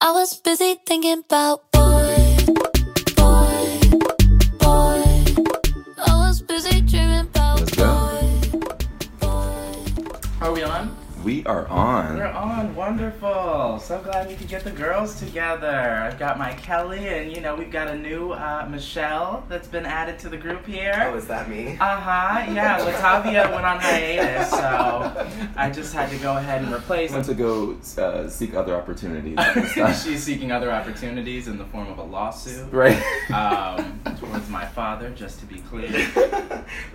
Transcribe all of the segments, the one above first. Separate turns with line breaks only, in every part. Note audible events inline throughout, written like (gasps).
I was busy thinking about boy, boy, boy. I was busy dreaming about
Let's go.
Are we on?
We are on.
We're on. Wonderful. So glad we could get the girls together. I've got my Kelly, and you know we've got a new uh, Michelle that's been added to the group
Oh,
here.
is that me?
Uh huh.
(laughs)
Yeah, Latavia went on hiatus, so I just had to go ahead and replace.
went to go uh, seek other opportunities.
(laughs) She's seeking other opportunities in the form of a
(laughs)
lawsuit
right?
um, towards my father, just to be clear.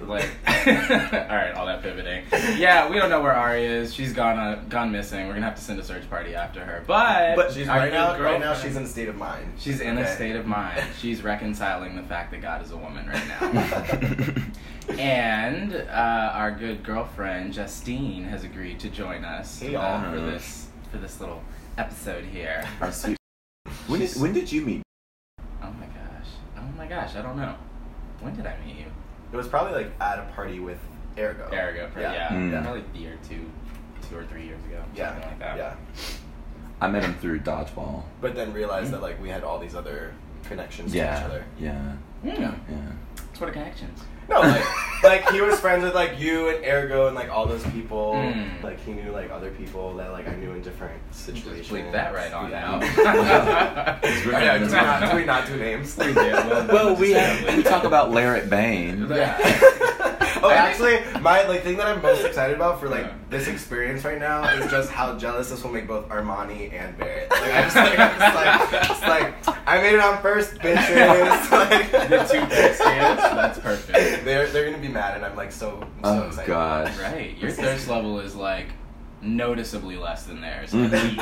like (laughs) all right all that pivoting yeah we don't know where Arya is she's gone uh, gone missing we're gonna have to send a search party after her but
but she's
our
right
good
now. Right now,
girlfriend-
she's in a state of mind.
she's in a
Okay.
state of mind she's reconciling the fact that god is a woman right
(laughs)
now and uh, our good girlfriend justine has agreed to join us
Hey,
uh,
y'all.
for this for this little episode here
(laughs) Our sweet. When did, when did you meet?
oh my gosh oh my gosh i don't know when did i meet you
It was probably like at a party with Ergo.
there we go for, yeah,
Mm.
probably a year two two or three years ago
Yeah.
something like that
Yeah.
I met him through dodgeball.
But then
Hmm.
realized that like we had all these other connections to each
Yeah.
other.
Yeah.
yeah
Yeah.
It's what are connections.
No,
(laughs)
like like he was friends with like you and Ergo and like all those people.
Mm.
Like he knew like other people that like I knew in different situations.
Just bleep that
(laughs)
right on
Yeah.
(laughs)
(laughs)
out.
I know, do, we not, do we not do names? (laughs)
We do, well,
Well, we
Understandably.
we
(laughs)
talk about Larrett Bain.
Yeah.
I
(laughs) oh,
think-
actually, my like thing that I'm most excited about for like
Yeah.
this experience right now is just how jealous this will make both Armani and
(laughs)
Barrett. Like I'm just like, I'm just like, just like I made it on first,
(laughs)
bitches. like,
Your two picks, yes, that's perfect.
They're they're gonna be mad, and I'm like so I'm so
Oh
excited. (laughs)
gosh.
Right. Your thirst level is like noticeably less than theirs,
Mhm.
at
Mm-hmm.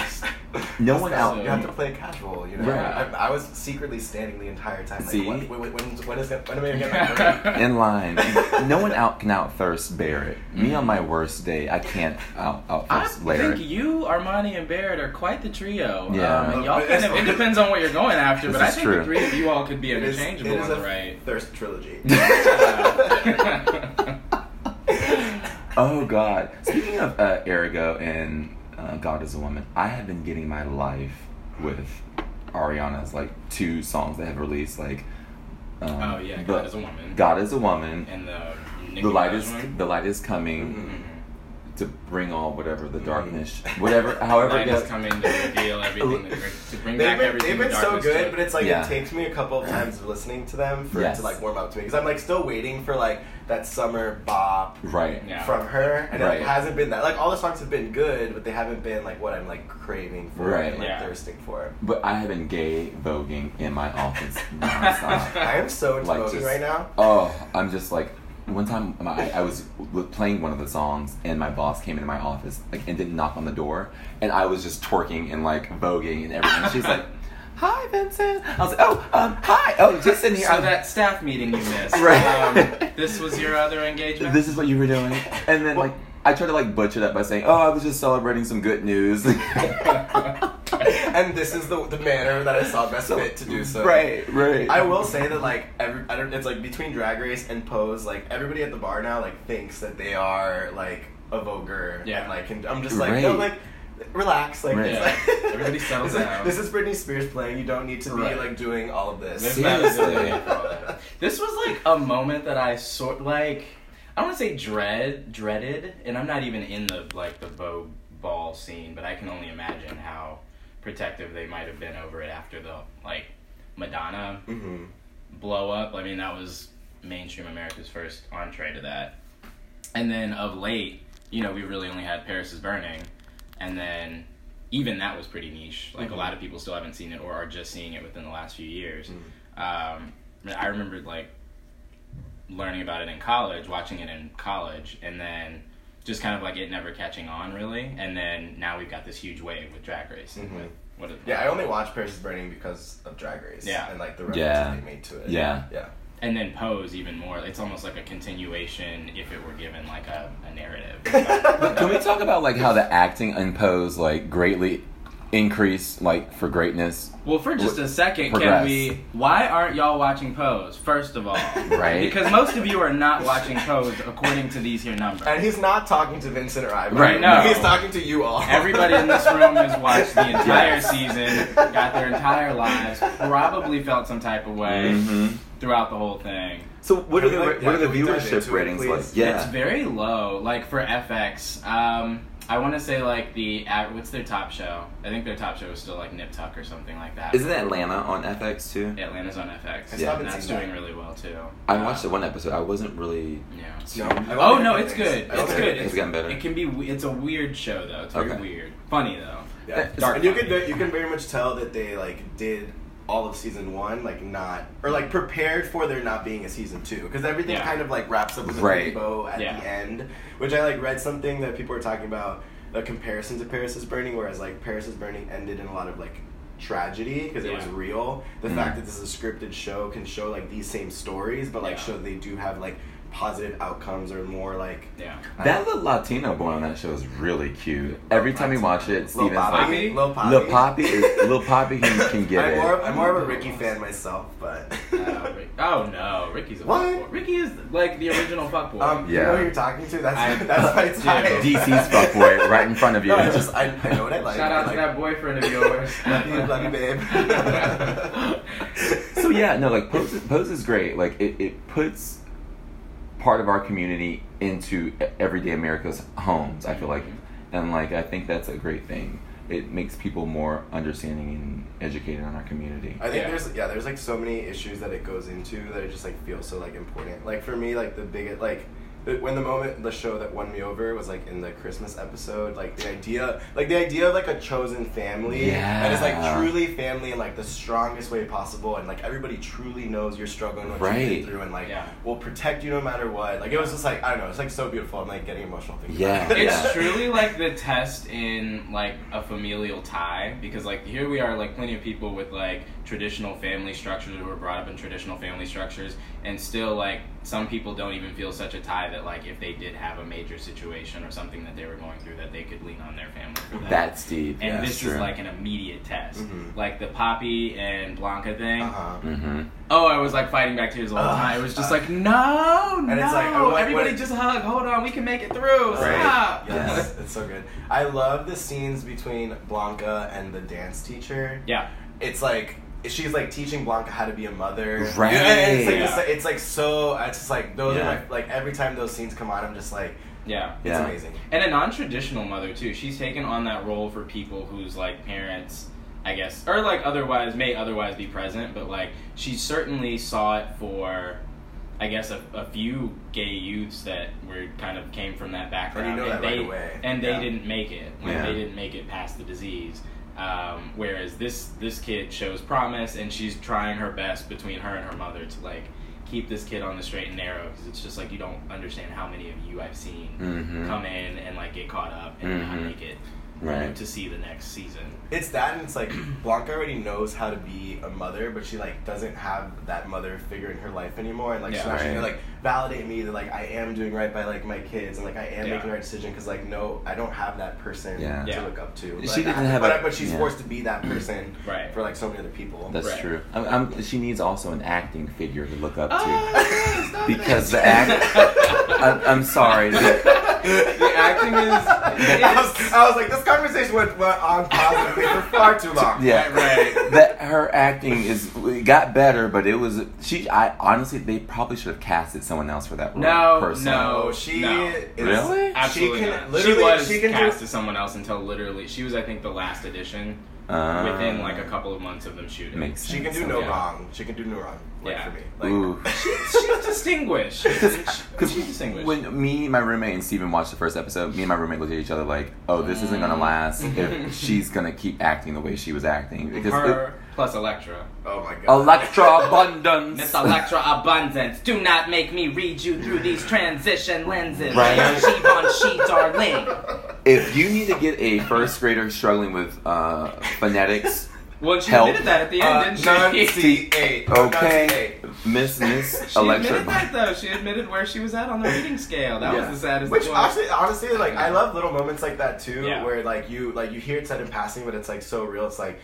(laughs)
least.
No one
So,
out.
You have to play casual, you know.
Right.
I, I was secretly standing the entire time. Like,
See?
When, when, when, when is when am I gonna get my
(laughs)
break?
In line, no one out can outthirst Barrett. Me on my worst day, I can't out
I
outthirst Larrett.
think you, Armani, and Barrett are quite the trio.
Yeah.
Um, and y'all kind of, it depends on what you're going after,
This
but I
is
think
true.
the three of you all could be
It is, it
interchangeable
is
on
a
the
(laughs)
right. (laughs)
thirst trilogy.
Oh God! Speaking of uh, Ergo and uh, God is a Woman, I have been getting my life with Ariana's like two songs they have released. Like, um,
oh, yeah,
the-
God is a woman.
God is a Woman.
And the Nicki
the light
Minaj
is
one.
the light is coming
Mhm.
to bring on whatever the
Mhm.
darkness,
(laughs)
whatever, however it
Mm-hmm. Light
goes.
is coming to reveal everything, that, to bring
(laughs) They've
back
been,
everything.
they've been
the
so
darkness
good,
took.
but it's like
Yeah.
it takes me a couple of times of listening to them for it
Yes.
to like warm up to me because I'm like still waiting for like that summer bop
Right.
Yeah.
from her, and
Right.
it hasn't been that. Like all the songs have been good, but they haven't been like what I'm like craving for
Right.
and like
Yeah.
thirsting
(laughs)
for.
But I have been gay voguing in my office nonstop.
I am so into
Like,
Vogue
just-
(laughs)
right now.
Oh, I'm just like one time my, I was w- playing one of the songs and my boss came into my office like and didn't knock on the door and I was just twerking and like voguing and everything. She's
(laughs)
like, "Hi, Vincent." I was like, "Oh, um, hi. Oh, just in here."
So
I'm-
that staff meeting you
(laughs)
missed.
Right.
Um, this was your other engagement.
this is what you were doing, and then like I tried to like butcher it up by saying, "Oh, I was just celebrating some good news."
(laughs)
and this is the, the manner that I saw best fit to do so.
right, right.
I will say that like every I don't it's like between Drag Race and Pose like everybody at the bar now like thinks that they are like a voguer
Yeah.
and like and I'm just like no
Right.
like relax like,
Right.
it's like- (laughs)
Yeah. Everybody settles
It's like,
down.
This is Britney Spears playing. You don't need to be
Right.
like doing all of
There's
this.
not a
Seriously.
good name for all that. This was like a moment that I sort like I don't want to say dread dreaded, and I'm not even in the like the Vogue ball scene, but I can only imagine how protective they might have been over it after the like Madonna
Mhm.
blow up. I mean, that was mainstream America's first entree to that. And then of late, you know, we really only had Paris is Burning. And then even that was pretty niche. Like
Mm-hmm.
a lot of people still haven't seen it or are just seeing it within the last few years.
Mm-hmm.
Um, I remember like learning about it in college, watching it in college, and then just kind of like it never catching on really. And then now we've got this huge wave with Drag Race. and with What is-
Mm-hmm. Yeah, I only watch Paris is Burning because of Drag Race.
Yeah.
and like the references
Yeah.
they made to it.
Yeah.
yeah.
and then pose even more. It's almost like a continuation if it were given like a, a
(laughs)
narrative.
Can we talk about like how the acting in Pose like greatly increase like for greatness.
Well, for just a second,
Progress.
can we? Why aren't y'all watching Pose? First of all,
(laughs) Right.
Because most of you are not watching Pose according to these here numbers.
And he's not talking to Vincent or I. but
Right,
no.
He's talking to you all.
Everybody in this room has watched the entire
Yes.
season, got their entire lives, probably felt some type of way
Mhm.
throughout the whole thing.
So what are the
Can we, Mm-hmm. like,
what are
yeah,
the
can we dive
viewership
into it,
ratings
please?
like? Yeah.
It's very low. Like for FX, um, I want to say like the av- what's their top show? I think their top show is still like Nip Tuck or something like that.
Isn't Atlanta on FX too?
Atlanta's on FX.
I
still haven't
and that's
seen that.
doing really well too.
I
Uh,
watched the one episode. I wasn't really.
Yeah.
(laughs) No, I
Oh
like
no,
it.
it's good.
I
It's
like
good.
it.
It's gotten better.
It can be. we- It's a weird show though. It's very
Okay.
weird. Funny though.
Yeah.
Dark
and you
comedy.
can you can very much tell that they like did all of season one like not or like prepared for there not being a season two because everything
Yeah.
kind of like wraps up with a
Right.
pretty bow at
Yeah.
the end, which I like read something that people were talking about a comparison to Paris is Burning, whereas like Paris is Burning ended in a lot of like tragedy because it
Yeah.
was real. The
Mhm.
fact that this is a scripted show can show like these same stories, but like
Yeah.
show they do have like positive outcomes or more like
Yeah.
That little Latino boy on that show is really cute. Every time we watch it,
Lil
Steven's like,
Poppy,
like,
Lil Poppy,
"Lil Poppy, is, Lil
(laughs)
Poppy, he can get
I'm
it."
More, I'm more of a Ricky fan myself,
(laughs)
but. um,
(laughs)
Uh, Rick- oh no, Ricky's a
What?
fuckboy. Ricky is like the original fuckboy.
um, You
Yeah.
know who you're talking to? That's,
I-
(laughs) that's my
(laughs) Dude.
type. (laughs)
DC's fuckboy right in front of you.
No, it's just, I, I know what I like.
Shout out
I
to
like,
that (laughs) boyfriend of
(laughs)
yours.
Love you, love you,
(laughs)
babe.
so yeah, no, like Pose, Pose is great. Like it, it puts part of our community into e- everyday America's homes. I feel like,
Mm-hmm.
and like I think that's a great thing. It makes people more understanding and educated on our community.
I think
Yeah.
there's yeah, there's like so many issues that it goes into that it just like feels so like important. Like for me, like the biggest like the- when the moment the show that won me over was like in the Christmas episode, like the idea like the idea of like a chosen family that is like
Yeah.
truly family in like the strongest way possible and like everybody truly knows you're struggling what you've
Right.
been through and like
Yeah.
will protect you no matter what. Like it was just like I don't know, it's like so beautiful. I'm like getting emotional thinking.
Yeah.
about it.
(laughs) It's
Yeah.
truly like the test in like a familial tie because like here we are like plenty of people with like traditional family structures who were brought up in traditional family structures and still like some people don't even feel such a tie that like if they did have a major situation or something that they were going through that they could lean on their family for that.
That's deep.
and
yeah,
this
true.
is like an immediate test.
Mhm.
Like the Poppy and Blanca thing.
Uh-huh.
hmm
Oh, I was like fighting back tears all the
Ugh.
time. It was just like, no, no.
it's like, oh, what-
Everybody
what-
just hug. Hold on, we can make it through.
Right.
Stop.
Yes,
(laughs)
it's so good. I love the scenes between Blanca and the dance teacher.
yeah.
it's like she's like teaching Blanca how to be a mother.
Right.
And it's like
Yeah.
it's, like so. It's just like those
Yeah.
are my, like every time those scenes come on, I'm just like
Yeah.
it's
Yeah.
amazing.
And a non traditional mother, too. She's taken on that role for people whose, like, parents, I guess, or, like, otherwise, may otherwise be present, but, like, she certainly saw it for, I guess, a, a few gay youths that were kind of came from that background.
know that
and they,
right away.
And they
Yeah.
didn't make it. Like,
Yeah.
They didn't make it past the disease. Um, whereas this this kid shows promise, and she's trying her best between her and her mother to like keep this kid on the straight and narrow. Because it's just like you don't understand how many of you I've seen
Mhm.
come in and like get caught up and not
Mhm.
make it you know,
Right.
to see the next season.
It's that, and it's like (clears throat) Blanca already knows how to be a mother, but she like doesn't have that mother figure in her life anymore, and like
Yeah.
so now she
Right.
can like validate me that like I am doing right by like my kids, and like I am
Yeah.
making the right decision because like no, I don't have that person
Yeah.
to
Yeah.
look up to.
She
Like,
didn't
I-
have
but,
a-
I- but she's
yeah.
forced to be that person
Right.
for like so many other people.
That's
Right.
true. I'm, I'm, she needs also an acting figure to look up to.
Oh, stop
because
it.
the act. (laughs) I'm, I'm sorry.
(laughs)
The,
the
(laughs)
acting is
(laughs) I was, I was like, this conversation went, went on positively for far too long.
yeah, (laughs)
Right.
That her acting is it got better, but it was she. I honestly, they probably should have casted someone else for that role.
No,
personally.
No,
no.
she
No.
is.
Really?
Absolutely
she can
not.
literally.
she was
she can
cast
do.
as someone else until literally she was, I think, the last edition
Uh,
within like a couple of months of them shooting.
Makes sense.
She can do no
Yeah.
wrong. She can do no wrong. Like
Yeah.
for me. Like, (laughs)
Ooh.
She's distinguished.
(laughs)
She's distinguished.
When me, my roommate, and Steven watched the first episode, me and my roommate looked at each other like, "Oh, this isn't
Mm.
gonna last if
(laughs)
she's gonna keep acting the way she was acting." Because
Her plus Electra.
Oh my god. (laughs)
Electra abundance. (laughs)
Miss Electra Abundance, do not make me read you through these transition lenses.
Right.
Sheep on sheet, darling. (laughs)
If you need to get a first grader struggling with uh, phonetics,
Well, she
Help.
admitted that at the end, (laughs)
Uh,
didn't she?
non-C8.
Okay, Miss Miss
She admitted that
Electra.
though. She admitted where she was at on the reading scale. That
Yeah.
was the saddest.
Which
one.
actually, honestly, like I love little moments like that too,
Yeah.
where like you like you hear it said in passing, but it's like so real. It's like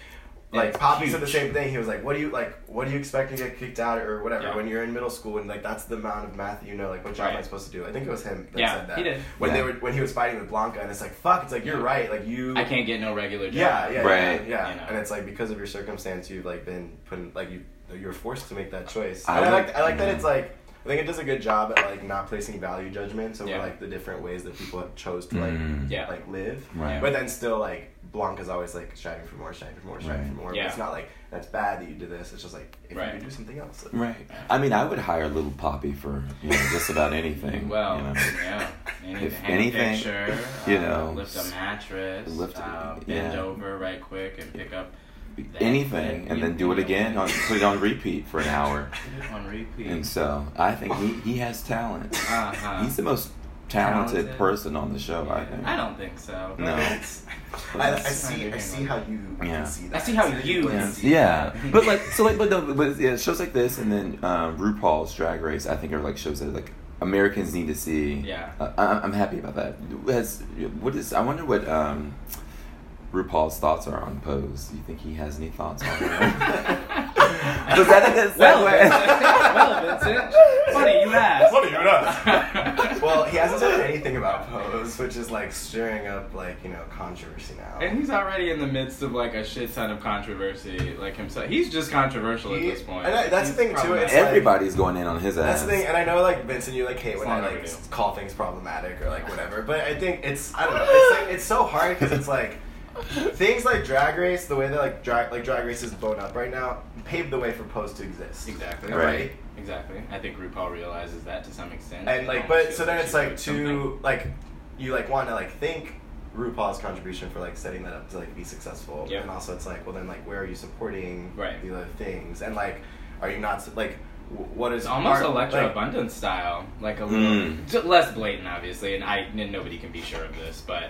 like
It's
Poppy said the
huge.
same thing. He was like, "What do you like? What do you expect to get kicked out or whatever
Yeah.
when you're in middle school and like that's the amount of math you know? Like what job am I
Right.
supposed to do? I think it was him that
Yeah,
said that.
he did.
When
Yeah.
they were when he was fighting with Blanca, and it's like fuck. It's like you're right. Like you.
I can't get no regular job.
Yeah, yeah,
Right.
yeah, yeah.
You know.
And it's like because of your circumstance, you've like been put in, like you you're forced to make that choice.
I
And I,
would-
like I like that
yeah.
it's like I think it does a good job at like not placing value judgments over
Yeah.
like the different ways that people have chose to like
Mm.
Yeah.
like live.
Right.
But then still like Blanca's always like striving for more, striving for more, striving for
Right.
more. But
Yeah.
it's not like that's bad that you did this. It's just like if
Right.
you could do something else. like-
Right. I mean, I would hire Little Poppy for you know, just about anything.
Well,
you know.
(laughs) yeah. Any,
If
hang a
anything,
picture,
(laughs) you
uh,
know,
lift a mattress,
lift-
uh, bend
yeah.
over right quick and pick up that-
anything,
that
and then
you-
do it
you know,
again on put it on repeat for an hour.
(laughs) on repeat.
And so I think he, he has talent.
(laughs) Uh-huh.
He's the most talented,
Talented.
person on the show. I
Yeah.
think.
I don't think so.
No.
I, I
That's-
see. I see how you
Yeah.
can see
I
that.
see how you
But-
can
Yeah.
see
yeah,
that.
but like so, like but, no, but yeah, shows like this, and then um, RuPaul's Drag Race, I think are like shows that like Americans need to see.
Yeah.
uh, I, I'm happy about that. Has what is? I wonder what um, RuPaul's thoughts are on Pose. Do you think he has any thoughts on
(laughs)
it? Was that
(laughs)
a good
Well,
segue?
Vincent. well, Vincent. Funny you asked.
Funny you
(laughs)
asked. well, he hasn't said anything about Pose, which is like stirring up like you know controversy now.
And he's already in the midst of like a shit ton of controversy, like himself. He's just controversial at
He-
this point.
and I- that's the
He's
thing, too, it's-
problematic.
Everybody's going in on his ass.
That's the thing, and I know like Vincent, you like hate when
It's
I
not
like
overdue.
s- call things problematic or like whatever, but I think it's I don't know. It's like it's so hard because it's like things like Drag Race, the way that like drag like Drag Race is blown up right now, paved the way for Pose to exist.
exactly
Right.
Exactly. I think RuPaul realizes that to some extent.
And like,
Almost
but
feels
so then
she
it's like
did
too like you like want to like thank RuPaul's contribution for like setting that up to like be successful,
Yeah.
and also it's like well then like where are you supporting
Right.
the other things and like are you not su- like wh- what is
It's almost
are-
Electra
like,
Abundance style, like a little
Mm.
j- less blatant, obviously, and I and nobody can be sure of this, but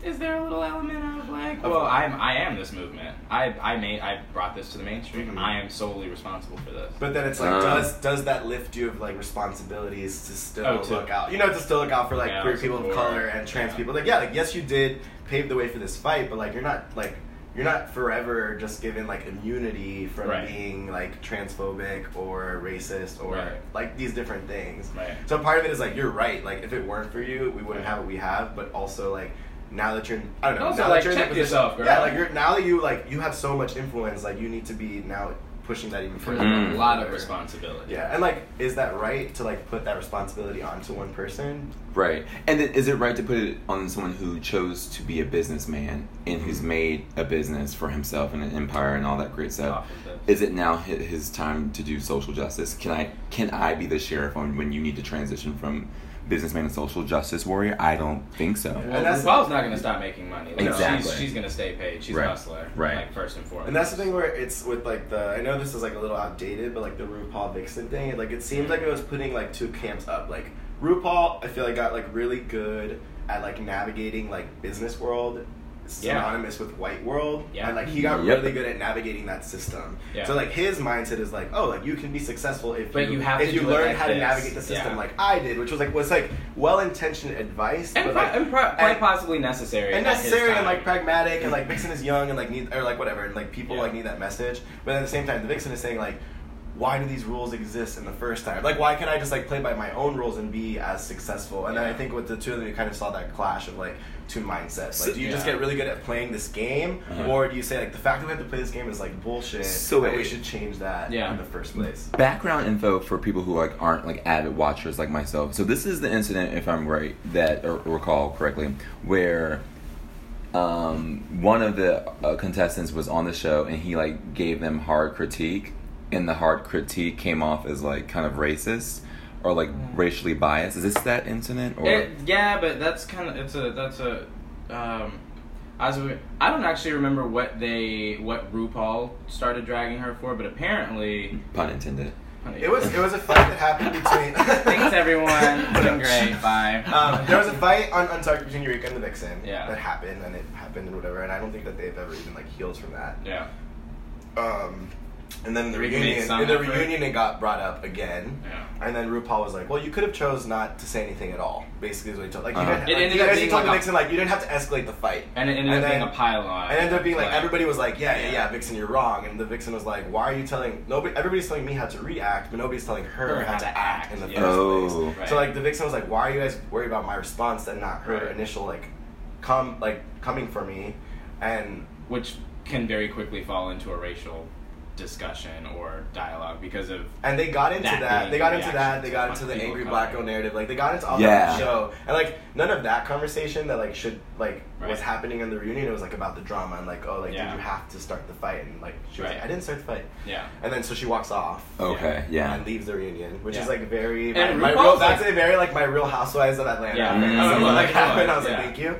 is there a little element of like, well, I'm I am this movement. I I made I brought this to the mainstream.
Mhm.
I am solely responsible for this.
But then it's like,
Um.
does does that lift you of like responsibilities to still
Oh, to-
look out? You know, to still look out for like
Yeah,
queer people of
support.
color and trans
Yeah.
people. Like, yeah, like yes, you did pave the way for this fight, but like you're not like you're not forever just given like immunity from
Right.
being like transphobic or racist or
Right.
like these different things.
Right.
So part of it is like you're right. Like if it weren't for you, we wouldn't have what we have. But also like. Now that you're, I don't know.
Also,
now
like,
that you're in
check
that position-
yourself, girl.
Yeah, like you're now that you like you have so much influence, like you need to be now pushing that even further.
Mm.
a lot of responsibility.
Yeah, and like, is that right to like put that responsibility onto one person?
Right. And then is it right to put it on someone who chose to be a businessman and who's
Mm-hmm.
made a business for himself and an empire and all that great stuff?
Off of this.
Is it now hi- his time to do social justice? Can I can I be the sheriff on when you need to transition from businessman to social justice warrior? I don't think so.
Well,
And that's-
RuPaul's not going to stop making money. Like,
Exactly.
She's, she's going to stay paid. She's
Right.
a hustler.
Right.
Like, first and foremost.
And that's the thing where it's with like the I know this is like a little outdated, but like the RuPaul Vixen thing, like it seems like it was putting like two camps up. Like RuPaul, I feel like got like really good at like navigating like business world
Yeah.
synonymous with white world.
Yeah.
And like he got
Yep.
really good at navigating that system.
Yeah.
So like his mindset is like, oh like you can be successful if
But you have
if
to
you
do it
learn
like
how to
this.
navigate the system
Yeah.
like I did, which was like was like well intentioned advice.
And,
but,
pro-
like,
and pro- quite
and-
possibly necessary.
and
at his
necessary and
time.
like pragmatic and like Vixen is young and like need or like whatever and like people
Yeah.
like need that message. But at the same time, the Vixen is saying like, why do these rules exist in the first time? Like, why can't I just like play by my own rules and be as successful? And then I
Yeah.
think with the two of them, you kind of saw that clash of like two mindsets.
So-
Like, do you just
Yeah.
get really good at playing this game,
Uh-huh.
or do you say like the fact that we have to play this game is like bullshit?
So
So and we
wait.
should change that
Yeah.
in the first
(laughs)
place.
Background info for people who like aren't like avid watchers like myself. So this is the incident, if I'm right, that or recall correctly, where um, one of the uh, contestants was on the show and he like gave them hard critique and the hard critique came off as like kind of racist or like racially biased is this that incident or
Mm. It- yeah, but that's kind of it's a that's a. Um, I was I don't actually remember what they what RuPaul started dragging her for, but apparently
pun intended
honey,
It was it was a fight that happened between.
(laughs) Thanks
(laughs)
everyone. It's been great. Bye.
Um, there was a fight on Untucked between Eureka and the Vixen
Yeah.
that happened, and it happened and whatever. And I don't think that they've ever even like healed from that.
yeah.
Um, and then the
We can make
reunion,
some
in the
effort.
reunion, it got brought up again.
Yeah.
And then RuPaul was like, "Well, you could have chose not to say anything at all." Basically, is what he told. Like, you
Uh-huh.
didn't,
It
like,
ended
you
up
guys
being
told
like a-
Nixon like you didn't have to escalate the fight.
And it ended
And
up being
then-
a pylon.
I ended up being like,
Like-
everybody was like, yeah, yeah, yeah, Vixen, you're wrong. And the Vixen was like, why are you telling nobody? Everybody's telling me how to react, but nobody's telling her how to act in the
yeah.
first
Oh.
place.
Right.
So like, the Vixen was like, why are you guys worried about my response and not her
Right.
initial like, come like coming for me, and
which can very quickly fall into a racial discussion or dialogue because of
and they got into
That
that.
being
They got
the
into
reaction
that. They
to
got
what
into the
people
angry
come
black
up
girl
with.
narrative. Like they got into all that
Yeah.
on the show, and like none of that conversation that like should like was
Right.
happening in the reunion. It was like about the drama and like oh like
Yeah.
did you have to start the fight and like she was
Right.
like I didn't start the fight,
yeah.
and then so she walks off.
Okay, Oh, yeah.
And leaves the reunion, which
Yeah.
is like very
And
my, my
RuPaul's
real,
like-
that's a very like my Real Housewives of Atlanta.
Yeah.
Like,
Mm.
so, like, (laughs)
Yeah.
happened, I was
Yeah. (laughs)
like, thank you.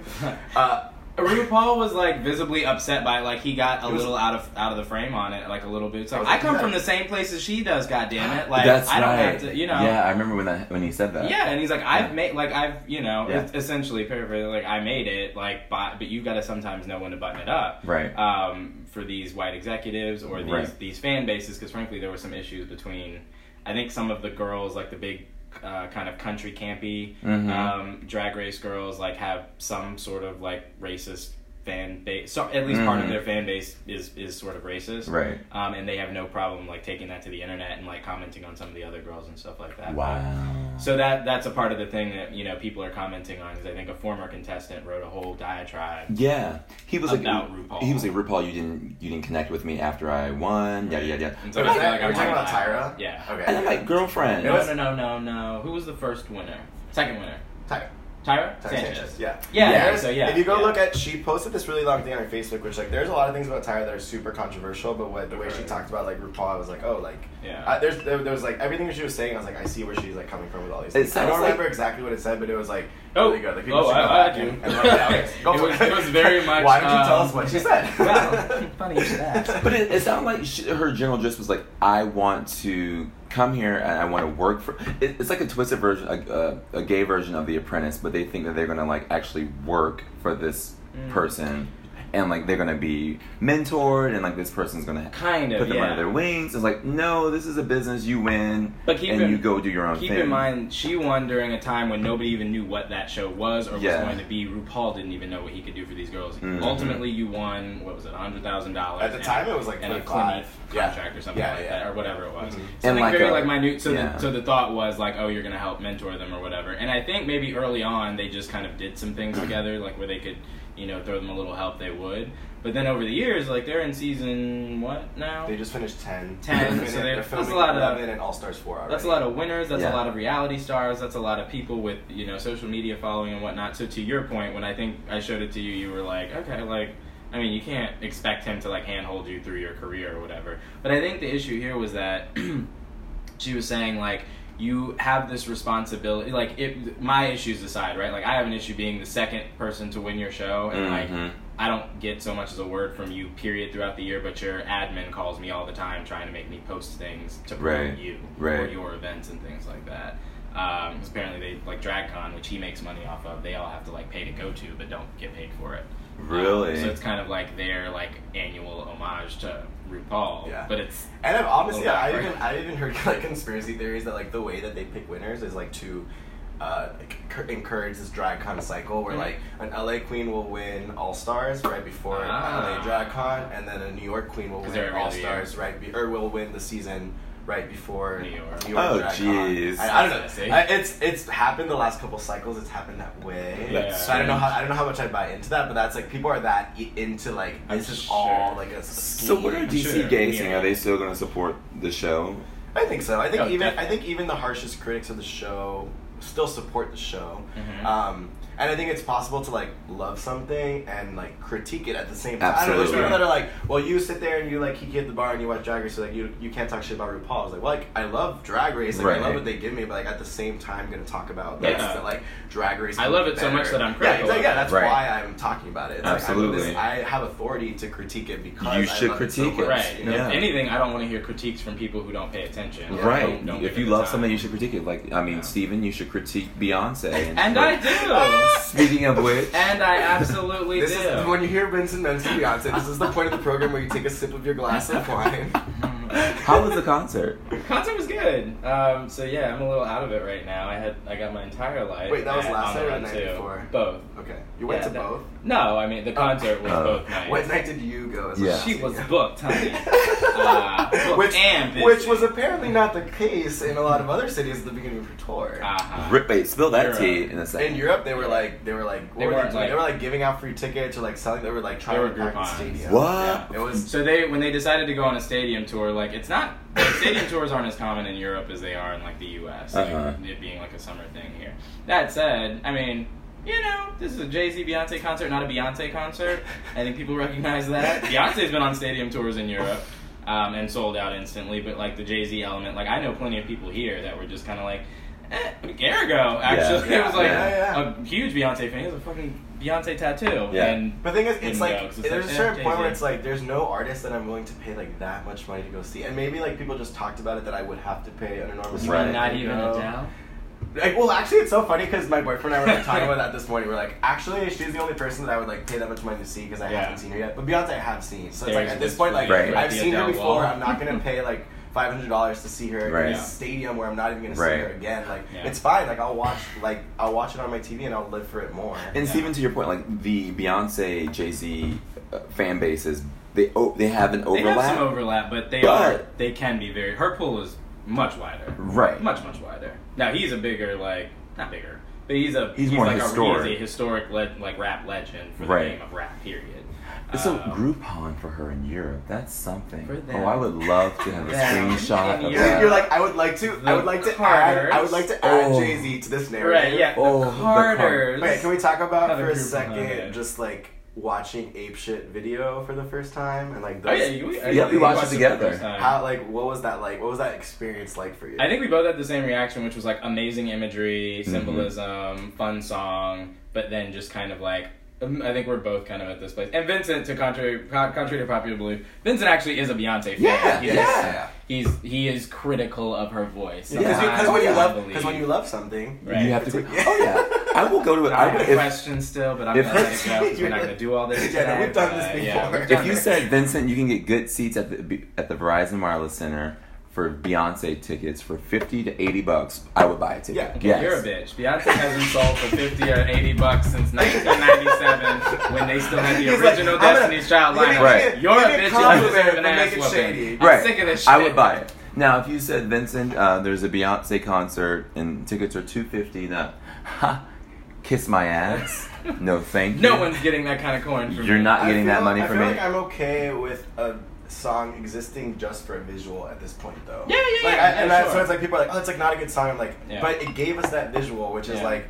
Uh,
RuPaul was like visibly upset by it, like he got a
It was-
little out of out of the frame on it, like a little bit. So
I was
I
like,
come
yeah.
from the same place as she does, God damn it! Like
That's
I don't
right.
have to, you know.
Yeah, I remember when that when he said that.
Yeah, and he's like, I've
Yeah.
made, like, I've, you know,
Yeah.
it's essentially paraphrasing, like, I made it, like, but, but you've got to sometimes know when to button it up.
Right.
Um, for these white executives or these,
Right.
these fan bases, because frankly, there were some issues between, I think, some of the girls, like, the big uh, kind of country campy
Mhm.
um, drag race girls, like, have some sort of, like, racist fan base. So at least part of
Mhm.
their fan base is, is sort of racist.
Right.
Um, and they have no problem, like, taking that to the internet and, like, commenting on some of the other girls and stuff like that.
Wow.
So that that's a part of the thing that you know people are commenting on because I think a former contestant wrote a whole diatribe.
Yeah, he was
About
like
RuPaul.
He was like RuPaul. You didn't you didn't connect with me after I won. Yeah, yeah, yeah.
And
Wait,
I
was
feel
that-
I'm
we're talking
like-
about Tyra?
Yeah.
And I'm
okay,
like girlfriend.
It
No,
was-
no, no, no, no. Who was the first winner? Second winner.
Tyra.
Tyra,
Tyra
Sanchez.
Sanchez. Yeah.
Yeah,
Yeah.
So yeah.
If you go
yeah.
look at, she posted this really long thing on her Facebook, which like, there's a lot of things about Tyra that are super controversial, but what the way she
Right.
talked about like RuPaul, I was like, oh, like,
Yeah.
I, there's there, there was like everything she was saying, I was like, I see where she's like coming from with all these.
It
things. I
sounds
don't
like-
remember exactly what it said, but it was like
Oh.
really good. Like,
Oh,
should
I-
go
I
back (laughs)
do.
and- and look
(laughs)
at it. Okay, go
It
for
was- it was
(laughs)
very much,
Why don't you tell
um,
us what
(laughs)
she said?
Wow. Funny you should ask.
But it, it sounded like she, her general gist was like, I want to come here and I want to work for. It, it's like a twisted version, a, a, a gay version of The Apprentice, but they think that they're gonna like actually work for this
Mm.
person, and like they're gonna be mentored, and like this person's gonna
(laughs) Kind of.
put them
yeah.
under their wings. It's like, no, this is a business. You win,
But keep
and
in-
you go do your own
Keep
thing.
in mind, she won during a time when nobody even knew what that show was or
Yeah.
was going to be. RuPaul didn't even know what he could do for these girls.
Mhm.
Ultimately, you won. What was it? Hundred thousand dollars.
(laughs) Mm-hmm. At the time, it was like
and a
25.
clinic
Yeah.
contract or something
Yeah,
like
yeah.
that, or whatever it was.
Mhm.
Something
like
very
a-
like minute. So,
yeah.
the, so the thought was like, oh, you're gonna help mentor them or whatever. And I think maybe early on they just kind of did some
Mm-hmm.
things together, like where they could, you know, throw them a little help. They would. But then over the years, like they're in season what now?
They just finished ten.
10,
They're
so
finished-
they-
they're
that's a
filming
lot of-
eleven and All Stars four. Already.
That's a lot of winners. That's
Yeah.
a lot of reality stars. That's a lot of people with you know social media following and whatnot. So to your point, when I think I showed it to you, you were like, okay, like I mean, you can't expect him to like handhold you through your career or whatever. But I think the issue here was that (clears throat) she was saying like you have this responsibility like it my issues aside right like i have an issue being the second person to win your show and
Mhm.
like i don't get so much as a word from you period throughout the year but your admin calls me all the time trying to make me post things to promote
Right.
you or
Right.
your events and things like that um, 'cause apparently they like DragCon, which he makes money off of. They all have to like pay to go to, but don't get paid for it. Um,
Really?
so it's kind of like their like annual homage to RuPaul.
Yeah.
But it's
And I've honestly,
Little
I
backward.
even I even heard (laughs) like conspiracy theories that like the way that they pick winners is like to uh, like, cur- encourage this drag con cycle where
Mhm.
like an LA queen will win All Stars right before
Ah.
LA drag con, and then a New York queen will
'Cause
win
they're every
All
other year.
Stars right be- or will win the season. Right before
New York.
Oh,
Drag Con.
jeez.
I, I don't
That's nasty.
know. I, it's it's happened the last couple cycles. It's happened that way.
That's
So I don't know
strange.
how I don't know how much I buy into that, but that's like people are that e- into like
I'm
this is
sure.
all like a scheme.
So what are DC
Sure.
gays saying?
Yeah.
Are they still gonna support the show?
I think so. I think
Oh,
even I
definitely.
think even the harshest critics of the show still support the show.
Mhm.
Uh,
Um, and I think it's possible to like love something and like critique it at the same time. I don't know, there's
Absolutely.
people that are like, well, you sit there and you like kiki at the bar and you watch Drag Race, so like you you can't talk shit about RuPaul. I was like, well, like, I love Drag Race, like I love
Right.
what they give me, but like at the same time, I'm gonna talk about
Yeah.
this that like Drag Race.
I
can
love
be
it so much
better.
that I'm
yeah,
critical
exactly,
of
yeah.
it.
That's
Right.
why I'm talking about it. It's Like, I'm
Absolutely.
this, I have authority to critique it because
You
I
should
love it so
critique it.
much,
Right.
You know?
Yeah.
If anything, I don't want to hear critiques from people who don't pay attention. or
Right.
Don't, don't
if
give
you
it
love
time.
something, you should critique it. Like, I mean, Stephen, you should critique Beyonce.
(laughs) And I do.
(laughs) Speaking of which,
(laughs) And I absolutely
This
do.
is when you hear Vincent mention Beyonce. This is the point of the program where you take a sip of your glass of wine.
(laughs) how
(laughs)
was the concert?
Concert was good. Um, so yeah, I'm a little out of it right now. I had I got my entire life.
Wait, that was
at-
last
on the
night or
run
the night
too.
before?
Both.
Okay, you went
Yeah,
to
that-
both.
No, I mean the concert was
Oh.
both nights.
What night did you go? As a
Yeah.
Nazi?
She was
(laughs)
booked, honey. Ah, booked
which,
and busy.
which was apparently not the case in a lot of other cities at the beginning of her tour.
Uh-huh.
Rip, wait, spill that
Europe.
tea in a second.
in Europe, they were like, they were like, what
They
were
weren't,
doing?
like-
they were like giving out free tickets or like selling. They were like trying
were
to pack the
Groupons.
stadium.
What?
Yeah.
It was
So they when they decided to go on a stadium tour, like it's not stadium tours aren't as common in Europe as they are in like the U.S. like,
Uh-huh.
it being like a summer thing here. That said, I mean. You know, this is a Jay Z Beyonce concert, not a Beyonce concert. I think people recognize
(laughs)
that. Beyonce's been on stadium tours in Europe um, and sold out instantly, but like the Jay Z element, like I know plenty of people here that were just kind of like, eh, Ergo, actually.
Yeah,
it was like
yeah, yeah.
a huge Beyonce fan. He has a fucking Beyonce tattoo.
Yeah.
And
But the thing is, it's
Wouldn't
like
go, 'cause it's
there's
like,
a
eh,
certain point where
Jay-Z.
it's like there's no artist that I'm willing to pay like that much money to go see, and maybe like people just talked about it that I would have to pay an enormous
Right.
amount.
not
to
even
go.
Adele.
Like, well, actually, it's so funny because my boyfriend and I were like, talking about that this morning. We're like, actually, she's the only person that I would like pay that much money to see because I
Yeah.
haven't seen her yet. But Beyonce, I have seen, so it's like
There's
at this
this
point, like
Right.
I've
the
seen her
Adele
before.
wall.
I'm not gonna pay like. Five hundred dollars to see her
Right.
in
Yeah.
a stadium where I'm not even gonna
Right.
see her again. Like
Yeah.
it's fine. Like I'll watch like I'll watch it on my TV and I'll live for it more.
And
Yeah.
Stephen, to your point, like the Beyonce, Jay Z uh, fan bases, they oh, they have an
They have
overlap.
some overlap, but they
But-
are they can be very. Her pool is much wider,
right.
much much wider. Now he's a bigger like not bigger, but he's a
He's more
like
historic.
A, he's a historic le- like rap legend for the
Right.
game of rap. Period.
so
Uh,
Groupon for her in Europe, that's something.
For them.
Oh, I would love to have a
(laughs) Them
screenshot
in
of
Europe.
that.
You're like, I would like to, I would like to add, I would like to add
Oh.
Jay Z to this narrative.
right? Yeah.
Oh, the
the Carters.
Wait, can we talk about
Another
for a
group
second
behind it.
just like watching Ape Shit video for the first time and like
Oh
those,
yeah, you, I-
Yeah, we
you
watched it
for the uh,
together.
first time.
how like what was that like? What was that experience like for you?
I think we both had the same reaction, which was like amazing imagery,
Mm-hmm.
symbolism, fun song, but then just kind of like um, I think we're both kind of at this place. And Vincent, to contrary con- contrary to popular belief, Vincent actually is a Beyonce fan.
Yeah,
he's,
yeah.
He's he is critical of her voice.
because
Sometimes
Oh,
when you
I
love
believe-
because when you love something,
Right.
You have to.
(laughs)
agree. Oh yeah, I will go to it.
I
I
have
would,
a
if,
question still, but I'm
if-
not gonna take it out 'cause we're not gonna do all this.
(laughs) Yeah, no,
today,
we've done this
but, yeah,
before.
we've done
if you
this.
said Vincent, you can get good seats at the at the Verizon Wireless Center for Beyonce tickets for fifty to eighty bucks, I would buy a ticket.
Yeah.
Yes.
You're a bitch. Beyonce hasn't sold for 50 or 80 bucks since 1997 when they still had the
He's like,
original
I'm gonna-
Destiny's Child
give me-
lineup.
Right.
give
You're a
me
bitch and you
compliment,
deserve an
but
ass
make it
whooping.
shady.
I'm sick of this shit.
I would buy it. Now, if you said Vincent, uh, there's a Beyonce concert and tickets are two fifty, now, (laughs) ha, kiss my
(laughs)
ass. No, thank you.
No one's getting that kind of coin from
You're
me.
not
I
getting that
feel-
money
I
from
feel
me.
Like I'm okay with a song existing just for a visual at this point, though.
Yeah, yeah,
Like,
yeah,
I,
yeah,
and I-
sure.
so it's like people are like, oh, it's like not a good song. I'm like,
Yeah.
but it gave us that visual, which is
Yeah.
like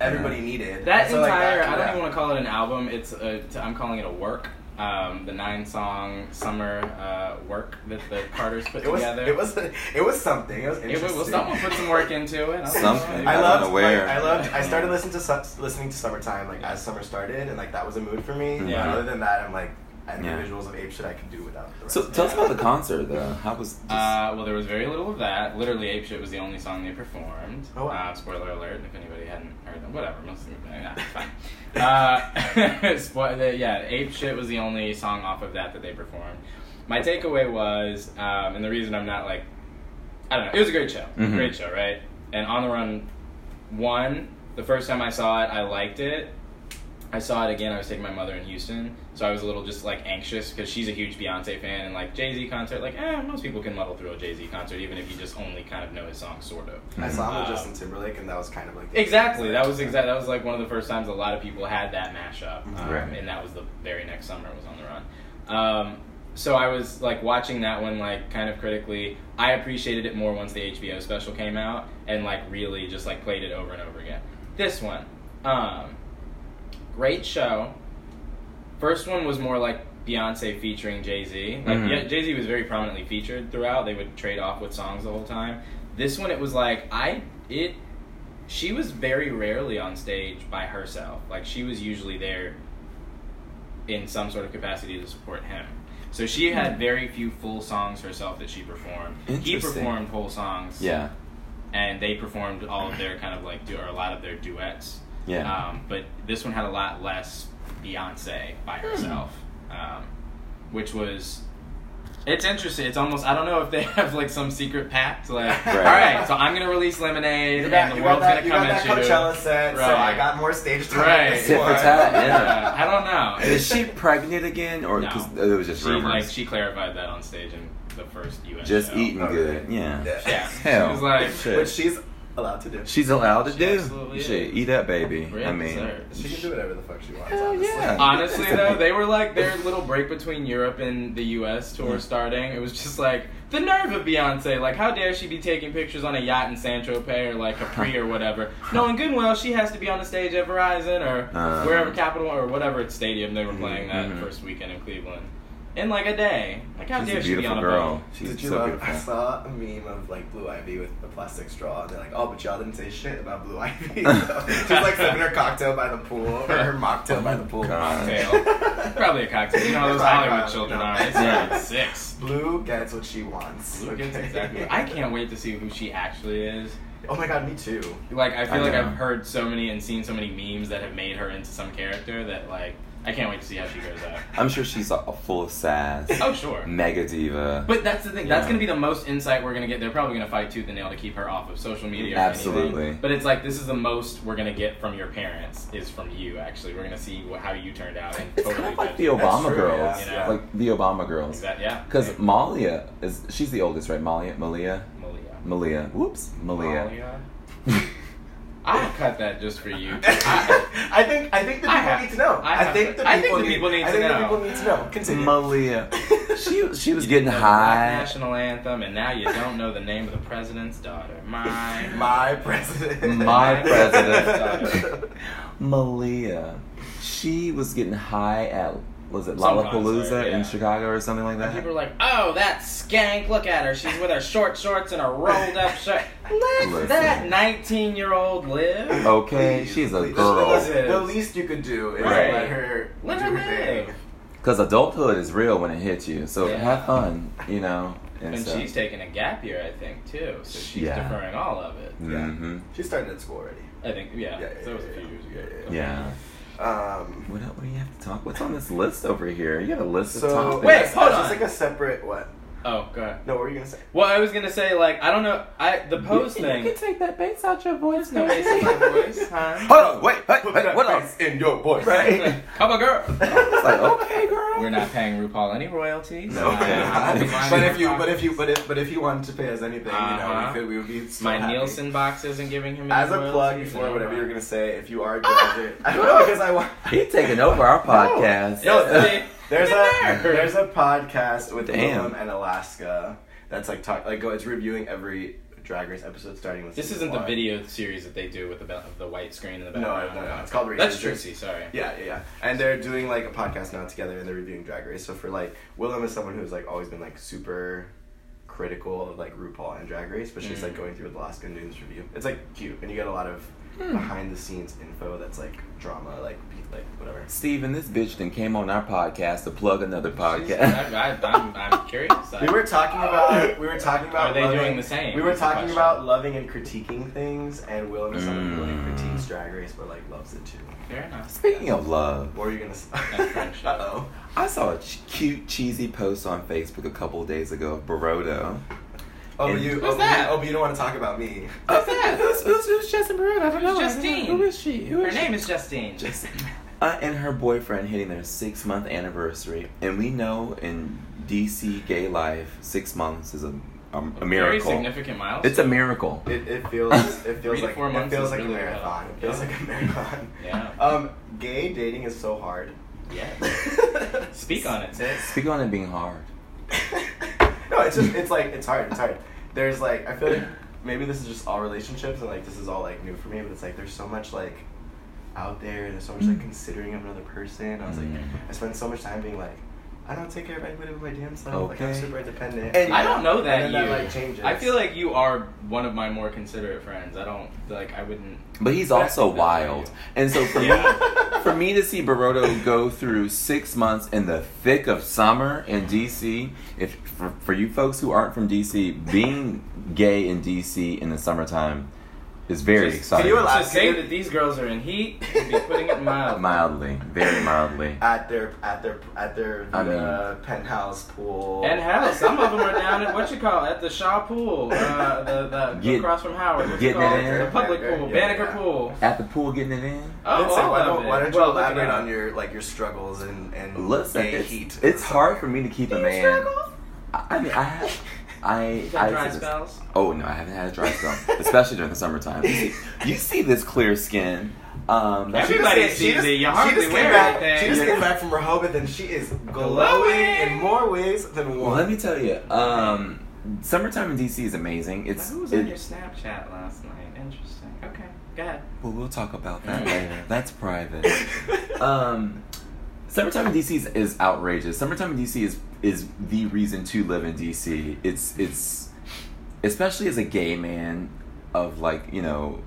everybody needed.
That
So, like,
entire, I
yeah.
don't even want to call it an album. It's a, t- I'm calling it a work. Um, the nine song summer uh, work that the Carters put
It was,
together.
it was, it was something. It was
It
interesting.
was- well, someone put some work into it. I don't know.
Something.
I
I
loved,
don't know where.
like, I loved, I started listening to su- listening to summertime, like as summer started, and like that was a mood for me.
Yeah.
But other than that, I'm like, I think
Yeah.
the visuals of Ape Shit I could do without. The rest
So
of it.
tell us about the concert though. How was? Just,
Uh, well, there was very little of that. Literally, Ape Shit was the only song they performed.
Oh, wow.
uh, spoiler alert, if anybody hadn't heard them. Whatever, most of them, yeah, it's fine. Uh, (laughs) spo- the- yeah, Ape Shit was the only song off of that that they performed. My takeaway was, um, and the reason I'm not like, I don't know, it was a great show.
Mhm.
Great show, right? And On the Run one, the first time I saw it, I liked it. I saw it again. I was taking my mother in Houston, so I was a little just like anxious because she's a huge Beyonce fan and like Jay Z concert. Like, eh, most people can muddle through a Jay Z concert, even if you just only kind of know his songs, sort of.
I saw him with
Uh,
Justin Timberlake, and that was kind of like the-
Exactly. That was exact. That was like one of the first times a lot of people had that mashup, um,
Right.
and that was the very next summer it was on the run. Um, so I was like watching that one like kind of critically. I appreciated it more once the HBO special came out and like really just like played it over and over again. This one, um, great show. First one was more like Beyonce featuring Jay Z. Like
Mm-hmm.
Mhm.
yeah, Jay Z was very prominently featured throughout. They would trade off with songs the whole time. This one, it was like I it. She was very rarely on stage by herself. Like she was usually there in some sort of capacity to support him. So she
Hmm.
had very few full songs herself that she performed. He
Interesting.
performed whole songs
yeah.
and they performed all of their kind of like do or a lot of their duets.
Yeah.
Um, but this one had a lot less Beyonce by
Hmm.
herself, um, which was. It's interesting. It's almost I don't know if they (laughs) have like some secret pact. Like,
Right.
all right, so I'm gonna release Lemonade,
You
and
got,
the
you got
world's
that, you
gonna come
got that
at you.
Coachella set, so
Right.
I got more stage time.
Right.
This
Tit for
one.
tat,
(laughs)
Yeah,
yeah.
I don't know.
Is she pregnant again, or
No.
because it was just
She
rumors?
like she clarified that on stage in the first U.S.
just
show.
eating
Okay.
good, yeah.
Yeah,
Hell.
she was like,
Shit.
Which she's allowed to do.
She's allowed to
She
do.
absolutely
Shit,
is.
eat that baby.
"Great
I mean,
dessert."
She can do whatever the fuck she wants.
Hell
honestly. Uh,
yeah.
Honestly, though, they were
(laughs)
like their little break between Europe and the U.S. tour starting. It was just like the nerve of Beyonce. Like, how dare she be taking pictures on a yacht in San Tropez or like Capri
(laughs)
or whatever, knowing good and well she has to be on the stage at Verizon or
Uh.
wherever Capital or whatever stadium they were playing that
mhm.
first weekend in Cleveland in like a day. Like, how
she's
dare
a
she be
beautiful
on a
girl.
girl.
She's
Did you
uh,
so
love, I
beautiful.
saw a meme of like Blue Ivy with a plastic straw, and they're like, "Oh, but y'all didn't say shit about Blue
(laughs)
Ivy." (laughs) So, she's like sipping her cocktail by the pool or her mocktail by the pool.
God.
Cocktail. (laughs) Probably a cocktail. You know how those
Probably
Hollywood
cocktail.
children are. It's
Yeah.
like six.
Blue gets what she wants.
Blue gets
Okay.
exactly. I can't wait to see who she actually is.
Oh my god, me too.
Like I feel
I
like
know.
I've heard so many and seen so many memes that have made her into some character that like I can't wait to see how she goes out.
I'm sure she's a, a full of sass,
Oh sure.
mega diva.
But that's the thing. That's
Yeah.
going to be the most insight we're going to get. They're probably going to fight tooth and nail to keep her off of social media. Or
Absolutely.
Anything. But it's like this is the most we're going to get from your parents is from you. Actually, we're going to see wh- how you turned out. And
it's
totally
kind of like the
judge-
Obama
true,
girls,
yeah. Yeah.
like the Obama girls.
Is that yeah?
Because Malia is she's the oldest, right? Malia, Malia,
Malia.
Malia. Whoops, Malia. (laughs)
Malia. I'll cut that just for you.
(laughs) I think I think the people
I have-
need to know.
I have
think
to-
the
I think
people
the people need
I
to
think the
know.
people need to know. Continue. (laughs)
Malia. She she was
You
getting
know the black
high.
National anthem, and now you don't know the name of the president's daughter. My
(laughs)
My president.
My
(laughs)
president.
Malia. She was getting high at was it
Some
Lollapalooza
concert, yeah.
in Chicago or something like that?
And people are like, "Oh, that skank! Look at her. She's with her short shorts and her rolled up shirt. Let
Listen.
that 19 year old live.
Oh,
okay,
Please,
she's a
please.
girl.
Listen.
The least you could do is
Right.
let her
Let
do
her
thing.
live."
Because adulthood is real when it hits you. So
Yeah.
have fun, you know. And,
And
so,
she's taking a gap year, I think, too. So she's
Yeah.
deferring all of it.
Mhm.
She's starting at school already.
I think, yeah.
Yeah, yeah,
that was a
yeah,
few years ago.
yeah,
yeah.
Um,
What, el- what do you have to talk? What's on this list over here? You got a list of
so
topics.
Wait,
That's-
hold
that's
on.
Just like a separate what?
Oh god.
No, what were you gonna say?
Well, I was gonna say like I don't know. I the pose
you,
thing.
You can take that bass out your voice.
No bass in my voice,
(laughs)
huh?
Hold on, wait, wait, wait. What else?
in your
(laughs)
voice? (laughs)
Right.
Come on, girl.
It's like, okay, girl.
We're not paying RuPaul any royalties.
No,
Uh, I'll be
(laughs)
fine
but
in
if you,
her
but if you,
pockets.
but if, but if you wanted to pay us anything, you know,
Uh-huh.
we could, we would be
(laughs)
so
My
happy.
Nielsen box isn't giving him any
As a plug
royalties,
before
no,
whatever
no.
you're gonna say, if you are a
Ah!
graduate, (laughs) I don't know because I
(laughs)
want.
(laughs) He taking over our podcast.
No,
It's the-
(laughs) There's a
Nerd.
there's a podcast with
Damn.
Liam and Alaska that's like talk like go it's reviewing every Drag Race episode starting with.
This
season
isn't the
one.
video series that they do with the ba- the white screen in the
No,
background.
no, no, it's called Race.
That's Trixie. Sorry.
Yeah, yeah, yeah. And they're doing like a podcast now together and they're reviewing Drag Race. So for like Willem is someone who's like always been like super critical of like RuPaul and Drag Race, but she's
Mm.
like going through the Alaska News review. It's like cute and you get a lot of
Hmm.
behind the scenes info that's like drama, like be- like whatever.
Steven, this bitch then came on our podcast to plug another
Jeez,
podcast.
(laughs) I, I, I'm, I'm curious. I-
(laughs) We were talking about we were talking about
Are they
loving-
doing the same?
We were
Is the
talking
question.
about loving and critiquing things, and Willem is someone who really
Mm.
critiques Drag Race, but like loves it too.
Fair
(laughs)
enough.
Speaking of love,
What are you gonna? s-
That's friendship.
(laughs) Uh-oh.
I saw a ch- cute, cheesy post on Facebook a couple days ago of Barodo.
Oh,
And-
you.
Who's
oh,
that?
You, oh, but you don't want to talk about me.
Who's that? Who's, who's, who's Justin Barodo? I don't
Who's
know. I don't know.
Justine?
Who is she? Who is
Her
she?
name is
(laughs)
Justine.
Just uh, and her boyfriend hitting their six month anniversary, and we know in DC gay life, six months is a, a, a
A
miracle.
Very significant milestone.
It's a miracle.
It, it
(laughs)
feels it
Three
feels
to
like
four
it
months
feels
is
like a
really
marathon.
bad.
It feels
Yeah.
like a marathon.
Yeah.
(laughs) Um, gay dating is so hard.
yeah. (laughs) Speak on it, sis.
Speaking on it being hard.
(laughs) no, it's just it's like it's hard. It's hard. There's like I feel like maybe this is just all relationships and like this is all like new for me, but it's like there's so much like out there and there's so much
Mm.
like considering of another person. I was like,
Mhm.
I spend so much time being like, I don't take care of anybody but my damn self. Like I'm
Okay.
super independent.
And-
I don't know that
and
you.
then that like changes.
I feel like you are one of my more considerate friends. I don't like. I wouldn't.
But he's also
That's
wild.
value.
And so
(laughs)
for me
Yeah.
for me to see Barodo go through six months in the thick of summer in DC, if for, for you folks who aren't from DC, being gay in DC in the summertime is very
Just-
exciting.
can you allow-
To say that these girls are
(laughs)
in heat would be putting it mildly.
mildly, very mildly.
Uh,
at their at their at their
I mean-
uh, penthouse pool.
And hell, some of them are down
(laughs)
at what you call it, at the Shaw Pool, uh, the, the
Get-
across from Howard. What you
getting
call
it in.
it? The public
Banneker,
pool,
yeah,
Banneker
yeah.
Pool.
At the pool, getting it in.
Oh,
Vincent,
all
why
of
don't,
it.
why don't you
Well, look at
elaborate
that.
on your like your struggles and and
Listen,
gay
it's,
heat?
it's
(laughs)
hard for me to keep a man. I I mean, I have, I,
You've
I
had dry
said this-
spells.
Oh no, I haven't had a dry spell, especially during the summertime. You see, you see this clear skin. Um, that's-
Everybody-
She just-
sees it. You
she
hardly
just came
wear
back-
anything.
She just
Yeah.
came back from Rehoboth and she is glowing
Glowing.
in more ways than
well,
one.
let me tell you, um, summertime in DC is amazing. It's
Who was
it-
on your Snapchat last night? Interesting. Okay, go ahead.
well, we'll talk about that
Mm.
later. That's private. um, summertime in DC is, is outrageous. Summertime in DC is is the reason to live in DC. It's it's especially as a gay man of like you know.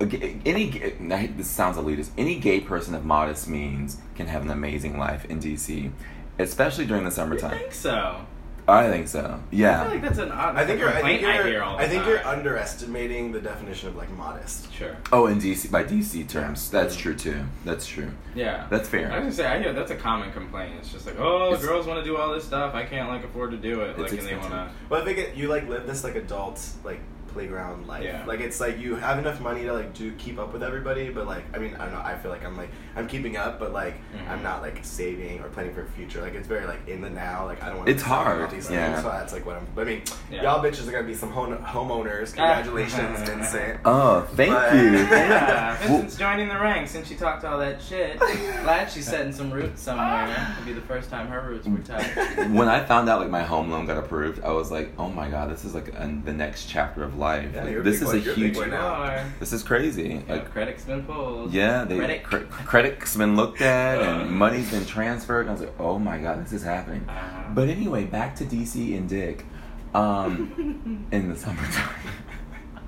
a ga- Any ga- I hate- this sounds elitist. Any gay person of modest means can have an amazing life in DC, especially during the
I
summertime.
think so.
I think so.
I feel
Yeah,
like that's an odd
I think you're. I
complaint
think you're.
I hear all the
I think
time.
you're underestimating the definition of like modest.
Sure.
Oh, in DC by DC terms, that's true too. That's true.
Yeah.
That's
I was
fair.
gonna say, I hear that's a common complaint. It's just like, oh,
It's-
girls want to do all this stuff. I can't like afford to do
It's
it. Like, and they want
expensive.
(laughs)
to.
But I think it, you like live this like adult like playground life.
Yeah.
Like it's like you have enough money to like do keep up with everybody, but like I mean I don't know. I feel like I'm like I'm keeping up, but like
Mhm.
I'm not like saving or planning for a future. Like it's very like in the now. Like I don't want.
It's hard, yeah.
So that's like what I'm. But I mean,
Yeah.
y'all bitches are gonna be some home-
(laughs)
homeowners.
(laughs)
Congratulations, Vincent.
Oh, thank
But-
you.
Yeah,
Well,
Vincent's joining the ranks since she talked all that
(laughs)
shit. Glad she's setting some roots
Ah.
somewhere. It'll be the first time her
(laughs)
roots were touched.
when I found out like my home loan got approved, I was like, oh my god, this is like an the next chapter of life.
Yeah,
Like,
you're a
this
big
is
boy,
a
you're a big
huge.
boy
You
now.
are.
This is crazy.
You know,
Like,
credit's been pulled.
yeah, they
Credit.
cre- credit's been looked at
Uh.
and money's been transferred. And I was like, oh my god, this is happening.
Uh-huh.
But anyway, back to DC and Dick, um, in the summertime. (laughs)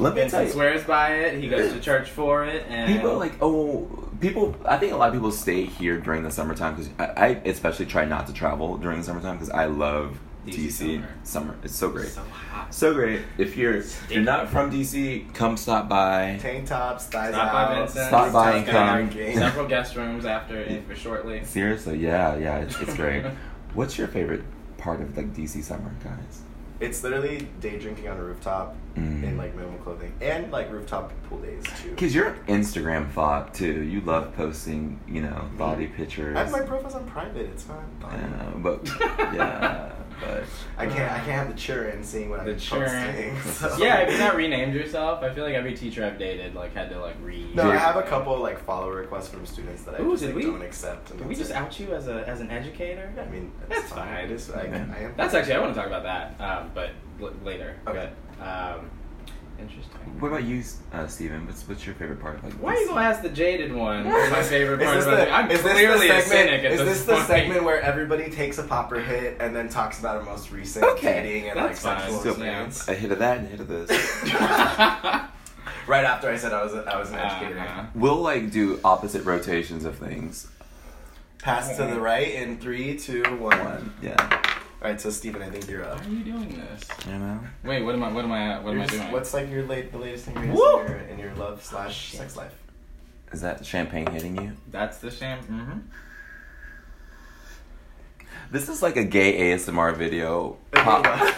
Let me tell
Vincent
you.
swears by it. He goes to church for it, and
People like oh people. I think a lot of people stay here during the summertime because I, I especially try not to travel during the summertime because I love
DC
DC,
summer.
summer. It's so great,
so hot.
so great. If you're if you're not from DC, come stop by.
Tank tops, thighs
Stop by
out.
Vincent.
Stop by and
Vincent's
come.
got our game.
Several guest rooms after if for shortly.
Seriously, yeah, yeah, it's, it's great. What's your favorite part of like DC summer, guys?
It's literally day drinking on a rooftop
Mm.
in like minimal clothing and like rooftop pool days too.
Because you're an Instagram thought too. You love posting, you know, body pictures.
I have my profiles on private. It's not.
I
fine.
know, but yeah, but
I can't. I can't have the children seeing what
The
I'm
children.
posting. (laughs)
(laughs)
So.
Yeah, have you not renamed yourself? I feel like every teacher I've dated like had to like re.
No, I have a couple like follow requests from students that I
Ooh,
just
did
like,
we-
don't accept. And
Did we
that's
just
it.
out you as a as an educator?
I mean,
That's
that's
fine.
fine. It is. I, I am.
That's actually I want to talk about that, um, but l- later.
Okay.
But, um, interesting.
what about you, uh, Steven? What's what's your favorite part of like?
Why are
this
you gonna ask the jaded one? What's my favorite
(laughs) Is
part
this
about
the-
it? I'm
is this the
clearly a
segment-
cynic at
Is
this,
this the
point. (laughs)
segment where (laughs) everybody takes a popper hit and then talks about a most recent
Okay,
dating and
that's
like
fine.
sexual
So-
experience? (laughs)
a hit of that and a hit of this.
Right after I said I was a, I was an educator.
Uh-huh.
we'll like do opposite rotations of things.
Pass to the right in three, two, one. All
One, yeah,
right, so Stephen, I think you're up.
Why are you doing this?
you know.
Wait, what am I? What am I? What am
You're
I
just-
doing?
What's like your late, the latest thing in
Woo!
your, in your love slash sex life?
Is that champagne hitting you?
That's the sham.
(laughs)
Mm-hmm.
This is like a gay ASMR video.
(laughs)
Pop.
Pop.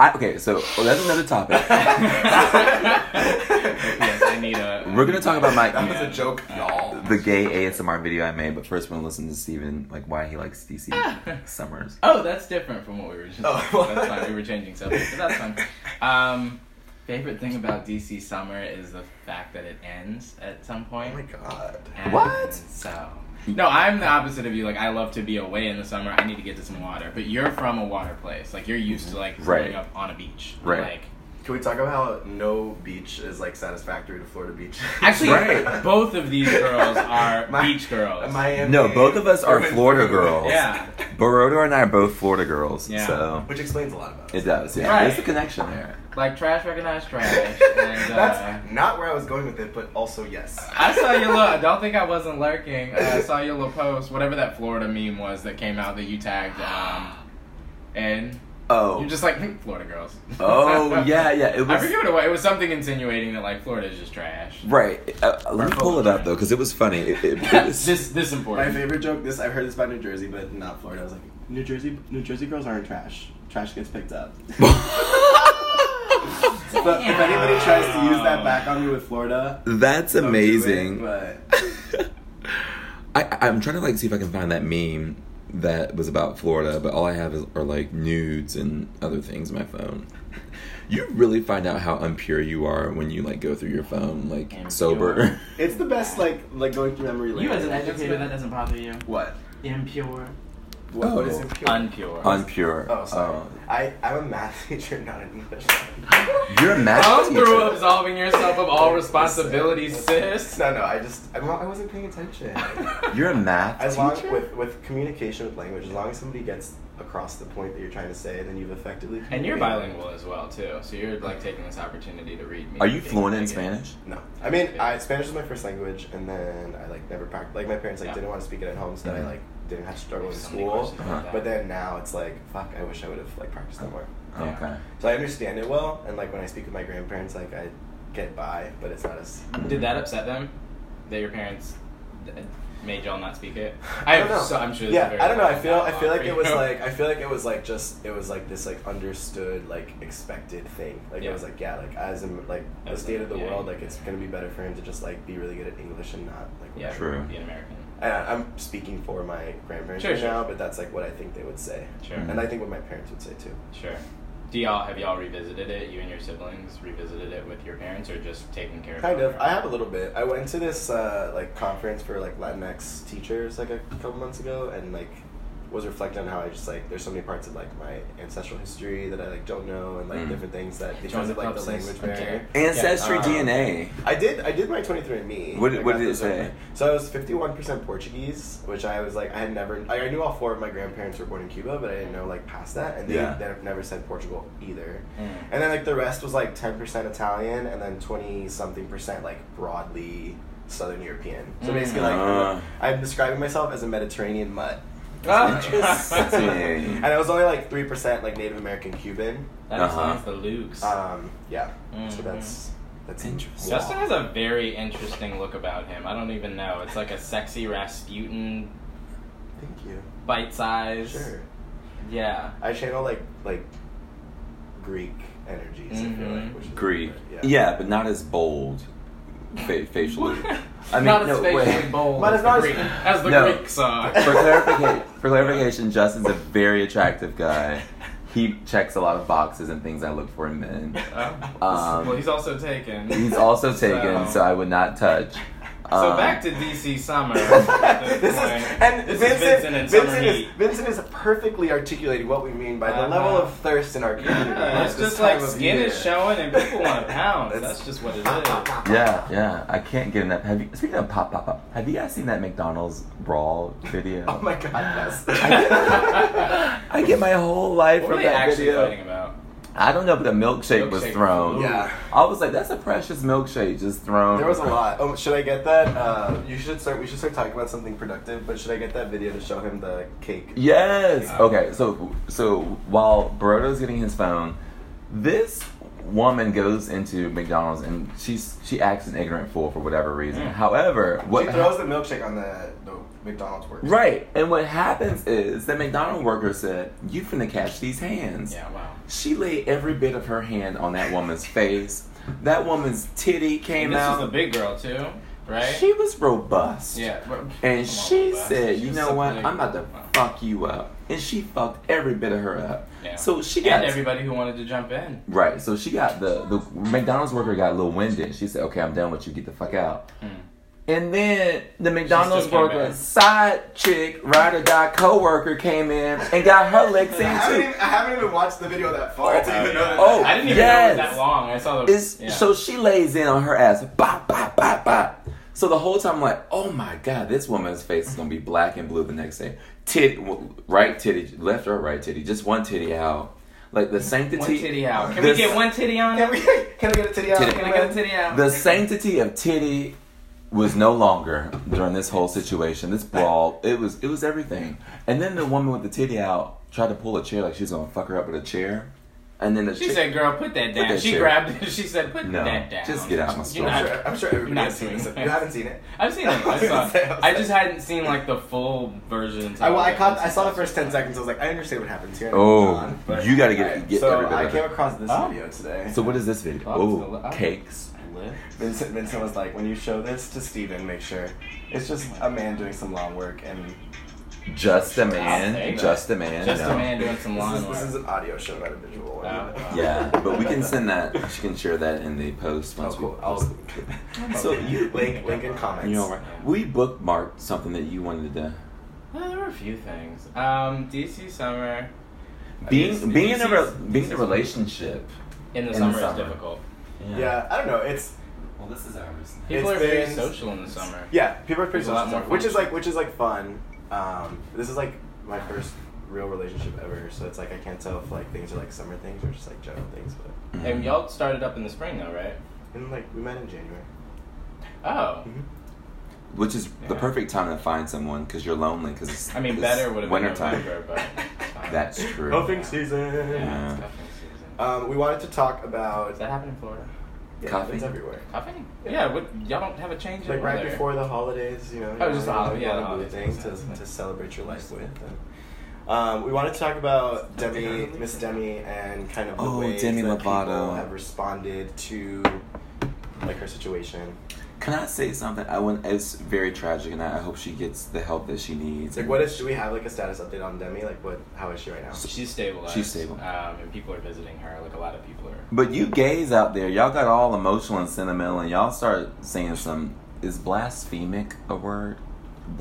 I, okay, so well, that's another topic. (laughs)
yes, I need a.
We're gonna talk about Uh, my
(laughs) That was a joke, y'all.
the gay ASMR video I made, but first we're gonna listen to Steven like why he likes DC
(laughs)
Summers.
Oh, that's different from what we were just.
Oh.
that's fine. We were changing subjects, but that's fine. Um, favorite thing about DC summer is the fact that it ends at some
Oh
point.
my god.
And
What?
So. No, I'm the opposite of you. Like, I love to be away in the summer. I need to get to some water. But you're from a water place. Like, you're used to like growing
Right.
up on a beach.
Right.
Like,
Can we talk about how no beach is like satisfactory to Florida beach? (laughs)
actually,
Right.
both of these girls are
My-
beach girls.
Miami.
No, both of us are
(laughs) Through and
Florida
through.
girls.
yeah.
Barodo and I are both Florida girls,
Yeah.
so
Which explains a lot about us. (laughs)
it does. Yeah,
Right.
there's a connection there.
Like trash recognized trash. And, uh,
That's not where I was going with it, but also yes.
I saw your look. I don't think I wasn't lurking. Uh, I saw your little post, whatever that Florida meme was that came out that you tagged. Um, and
Oh.
You're just like "Hmm, Florida girls. (laughs)
Oh, yeah, yeah, it
I
was-
forget what it was. It was something insinuating that like Florida is just trash.
Right. Uh, let me pull it up though, because it was funny. It, it, it was,
(laughs) this this
My
important.
favorite joke. This I've heard this about New Jersey, but not Florida. I was like, New Jersey, New Jersey girls aren't trash. Trash gets picked up. But if anybody tries to use that back on me with Florida,
(laughs) That's
don't do it,
amazing.
but
(laughs) I, I'm trying to like see if I can find that meme that was about Florida, but all I have is, are like nudes and other things in my phone. You really find out how unpure you are when you like go through your phone like
Impure.
sober.
it's the best. Like like going through memory lane.
You as an educator, that doesn't bother you.
what?
Impure.
What,
Oh.
what is impure?
(laughs)
Unpure.
Unpure.
oh, sorry.
Uh,
I I'm a math teacher, not an English.
you're a math
Come through
teacher.
absolving yourself of all responsibility, sis.
No, no. I just I'm not, I wasn't
(laughs)
paying attention.
You're a math
As long
teacher.
with with communication with language, as long as somebody gets across the point that you're trying to say, then you've effectively.
And you're
communicated.
bilingual as well too, so you're like taking this opportunity to read me.
Are you
Being
fluent in
like,
Spanish?
No, I mean I, Spanish was my first language, and then I like never practiced. Like my parents like
Yeah.
didn't want to speak it at home, so that
Mhm.
I like didn't have to struggle in
There's so many
school.
questions about
Uh-huh.
that.
But then now it's like fuck, I wish I would have like practiced that more.
Yeah.
Okay.
So I understand it well, and like when I speak with my grandparents, like I get by, but it's not as.
Did that upset them? That your parents th- made y'all not speak
(laughs)
it? I,
don't know.
So, I'm sure.
yeah,
it's a very
I don't know. I
long
feel I feel
dialogue
like
for (laughs)
it was
you.
like I feel like it was like just it was like this like understood like expected thing. Like
Yeah.
it was like yeah, like as in like the
As
state
in,
of the
yeah,
world,
yeah.
like it's gonna be better for him to just like be really good at English and not like
yeah,
True.
Being American.
And I- I'm speaking for my grandparents
Sure,
right
sure. Mm-hmm.
now, but that's like what I think they would say,
Sure.
Mhm.
and I think what my parents would say too.
Sure. Do y'all have y'all revisited it? You and your siblings revisited it with your parents, or just taking care of?
Kind
it?
of. I have a little bit. I went to this uh, like conference for like Latinx teachers like a couple months ago, and like was reflecting on how I just like there's so many parts of like my ancestral history that I like don't know, and like
Mm.
different things that
Join
because
the
of like the
club,
language
please. Okay.
barrier.
Ancestry
Yeah. uh,
DNA.
I did. I did my 23andMe.
What did-
I
what
got
did it
those right
say?
away. So I was 51% Portuguese, which I was like, I had never. I I knew all four of my grandparents were born in Cuba, but I didn't know like past that, and they
Yeah.
they never said Portugal either.
Mm.
And then like the rest was like 10% Italian, and then 20 something percent like broadly Southern European. So
Mm.
basically, like
Ah.
I'm describing myself as a Mediterranean mutt.
Ah.
(laughs)
Interesting.
And I was only like 3% like Native American Cuban.
That
Uh-huh.
explains the Luke's.
Um, yeah. So
Mhm.
that's that's
Interesting.
Justin has a very interesting look about him. I don't even know. It's like a sexy Rasputin,
Thank you.
bite size.
Sure.
Yeah.
I channel like like Greek energies. I feel
Mhm.
like which is
Greek.
Yeah.
Yeah. but not as bold fa-
(laughs)
facially.
(laughs)
I mean,
not as
no,
facially
wait.
bold
But
as
it's
the
not as-
Greek, (laughs) as the
No.
Greek song.
for,
(laughs)
clarification, for clarification, Justin's a very attractive guy. He checks a lot of boxes and things I look for in men. Um,
well, he's also taken.
He's also taken, so, I would not touch.
So
Um,
back to DC
(laughs)
Summer.
(laughs) this is and
This is Vincent
Vincent. Vincent,
and Summer
is
Heat.
Vincent is perfectly articulating what we mean by the
Uh-huh.
level of thirst in our community.
Yeah, it's
at this
just like
time of
skin
year.
is showing and people want to pound. That's, just what it
(laughs)
is.
Yeah, yeah. I can't get enough. Have you, speaking of pop, pop, pop, have you guys seen that McDonald's Brawl
(laughs)
video?
Oh my
(laughs)
god, yes. (laughs)
I get my whole life
What
from
are they
that
actually
video.
fighting about?
I don't know, but the milkshake, was
Milkshake.
thrown.
yeah.
I was like, that's a precious milkshake just thrown.
There was a lot. Oh, should I get that? Uh, you should start. We should start talking about something productive. But should I get that video to show him the cake?
Yes. Okay. So so while Baroto's getting his phone, this woman goes into McDonald's and she's she acts an ignorant fool for whatever reason.
Mm.
However, what
She throws the milkshake on the, the McDonald's worker.
right and what happens is the McDonald worker said, "You finna catch these hands."
Yeah, wow.
She laid every bit of her hand on that woman's face. That woman's titty
And
came
this is
out.
the big girl too, right?
She was robust.
yeah. but- come on,
And she
Bubba.
said,
She's
"You know
so
what?
big.
I'm about to
Wow.
fuck you up." And she fucked every bit of her up.
Yeah.
So she got
And everybody who wanted to jump in.
Right. So she got the the McDonald's worker got a little winded. She said, "Okay, I'm done with you. Get the fuck out." And then the McDonald's
Hmm. still came
worker
back.
side chick ride or die coworker came in and got her
(laughs)
legs
I haven't,
in
even,
too.
I haven't even watched the video that far to even know that.
Oh,
I didn't even know it
yes.
was that long. I saw the.
It's,
yeah.
So she lays in on her ass, bop bop bop bop. So the whole time I'm like, "Oh my god, this woman's face is gonna be black and blue the next day." Tit, right titty, left or right titty, just one titty out, like the sanctity.
one titty out. Can
Oh, this-
we get one titty on?
(laughs) Can,
it?
we, can I get a titty out?
Titty.
Can I get a titty out?
The sanctity of titty was no longer during this whole situation, this brawl. It was it was everything. And then the woman with the titty out tried to pull a chair like she was gonna fuck her up with a chair. And then the
She
chick-
said, "Girl, put that down."
that
she
shit.
grabbed it. She said, "Put
No,
that down."
just get out of my store.
You're
I'm
not-
sure, I'm sure everybody
not
has seen
doing
this.
it.
If you haven't seen it,
I've
(laughs)
seen it. I saw.
I was
it. I just hadn't seen like the full version. until
I, well, I
got
caught.
this
I saw the
last
first ten
time.
seconds. I was like, I understand what happens here.
Oh,
John, but-
you gotta get-
Alright,
get
so
every bit
I
of
came
it.
across this
Oh.
video today.
So what is this video?
Oh, it's still
Oh,
up.
cakes.
Lit.
Vincent, Vincent was like, when you show this to Steven, make sure it's just a man doing some lawn work, and
Just a
I'll
man.
take
Just a man.
Just
no.
a man doing some
this
lawn
is, this
work.
is an audio show, not a visual one.
Oh.
Yeah, but we can send that. She can share that in the post
Oh,
once
cool.
we
I'll,
post. So you-
link, link in comments.
You know, right. we bookmarked something that you wanted to.
Well, there were a few things. Um, DC summer.
Being being in a re-
DC
being in a relationship.
in
in
the
the
summer is
summer.
difficult.
Yeah, I don't know. It's
Well, this is ours.
People
It's
are very
been-
social in the summer.
yeah, people are pretty
There's a lot
social,
more
stuff, which is
function.
like which is like fun. Um, this is like my first real relationship ever, so it's like I can't tell if like things are like summer things or just like general things.
Mm.
But
And y'all started up in the spring though, right?
and like we met in January. Mm-hmm.
Oh.
Which is the
Yeah.
perfect time to find someone because you're lonely because
I mean, better would have been
wintertime.
November, but it's
(laughs)
fine.
That's true.
Cuffing season.
Yeah,
Yeah.
it's cuffing season.
Uh,
Um, we wanted to talk about
Does that happen in Florida?
yeah,
Cuffing.
It's everywhere.
Cuffing?
Yeah.
Yeah, what, y'all don't have a change
Like
in
right
weather.
before the holidays, you know.
Oh, just the holiday- yeah, the
holiday
holidays
things
makes
to,
sense.
to celebrate your life with. And, um, we wanted to talk about Demi, Miss Demi, and kind of the
Oh,
ways
Demi
that people
Lovato.
have responded to like her situation.
Can I say something? I went. It's very tragic, and I, I hope she gets the help that she needs.
It's like, what is? Do we have like a status update on Demi? Like, what? How is she right now?
She's stabilized.
She's stable.
Um, and people are visiting her. Like a lot of people are.
But you gays out there, y'all got all emotional and sentimental, and y'all start saying some. Is blasphemic a word?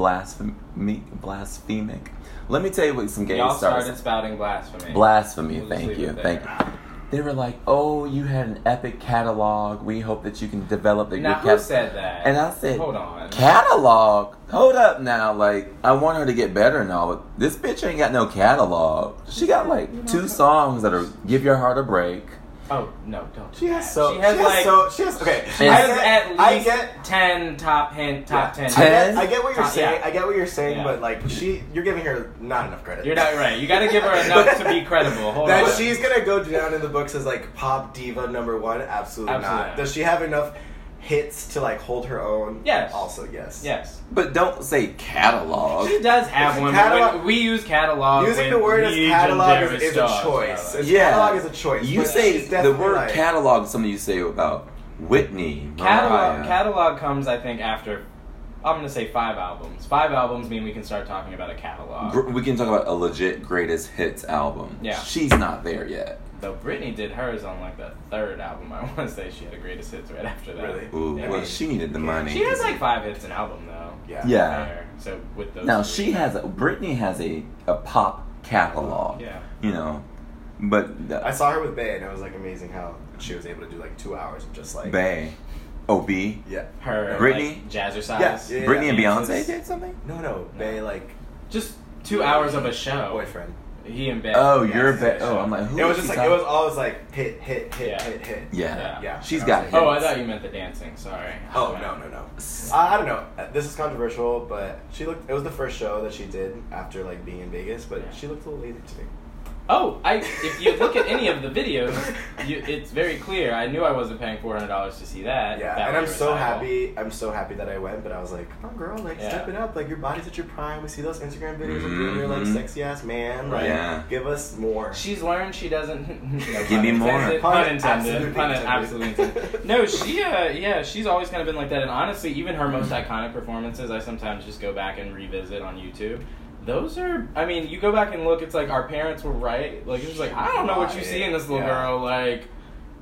Blasphemy, blasphemic. Let me tell you what some gays
y'all started
started.
spouting blasphemy.
Blasphemy.
We'll just
thank
leave
you.
it there.
Thank you. They were like, "Oh, you had an epic catalog. We hope that you can develop the good
Now who
catalog."
said that?
And I said,
hold on.
catalog. Hold up now, like I want her to get better and all, but this bitch ain't got no catalog. She got like two songs that are "Give Your Heart a Break."
oh no, don't.
She has so.
She has, like-
so. She has okay.
She
I
has
I
was
get-
at least
I get
ten top hand top
Yeah.
ten.
I get-
Ten?
I get what you're
Top-
saying.
yeah.
I get what you're saying,
Yeah.
but like she, you're giving her not enough credit.
You're not right. You gotta give
(laughs)
her enough to be credible. Hold
that
on.
she's gonna go down in the books as like pop diva number one? Absolutely,
Absolutely
not.
not.
Does she have enough hits to like hold her own?
Yes.
Also, yes.
Yes.
But don't say catalog.
She does have one.
Catalog-
Catalog, we use catalog.
Using
with
the word as
legendary
catalog is, is a
stars,
choice.
brother.
It's
Yeah.
Catalog is a choice.
You
but
say
she's
the
definitely
word
right.
catalog. Something you say about Whitney,
Catalog,
Mariah.
catalog comes, I think, after. I'm gonna say five albums. Five albums mean we can start talking about a catalog.
Gr- We can talk about a legit greatest hits album.
Yeah.
she's not there yet.
Though Britney did hers on like the third album. I (laughs) want to say she had a greatest hits right after that.
Really?
Ooh,
Yeah.
well, she needed the money.
She has like five hits an album though.
Yeah.
Yeah.
There. So with those.
Now
three-
she has a Britney has a, a pop catalog.
Yeah.
You know, but
I
the,
saw her with Bay, and it was like amazing how she was able to do like two hours of just like
Bay, OB, Britney
Yeah.
Her
Britney?
Like, jazzercise.
Yeah, yeah, yeah.
and Beyonce
dances.
did something.
No, no, Bay like
Just two hours of a show.
boyfriend.
He and Ben.
Oh,
Yeah,
you're a
yeah,
ba-
yeah.
oh, I'm like who?
it was
is
just
she
like it was
talking-
always like hit, hit, hit,
Yeah.
hit, hit.
yeah.
Yeah.
She's
I was
got
like,
Oh, I thought you meant the dancing. Sorry.
Oh no no no! I, I don't know. Uh, This is controversial, but she looked. It was the first show that she did after like being in Vegas, but
Yeah.
she looked a little lazy to me.
Oh, I. If you look at any of the videos, you, it's very clear. I knew I wasn't paying four hundred dollars to see that.
Yeah,
That
and I'm
was
so
recital.
happy. I'm so happy that I went, but I was like, "Come on, girl! Like,
Yeah.
step it up! Like, your body's at your prime. We see those Instagram videos of you and your like
Mhm.
sexy ass man. Like,
Yeah.
give us more."
She's learned she doesn't. (laughs) no,
Give me
pun
more.
intended, Pun
Pun
intended.
absolutely
Pun
intended.
absolutely intended. No, she. Uh, yeah, she's always kind of been like that. And honestly, even her most iconic performances, I sometimes just go back and revisit on YouTube. Those are. I mean, you go back and look. It's like our parents were right. Like it's just like I don't know what you see in this little
Yeah.
girl. Like.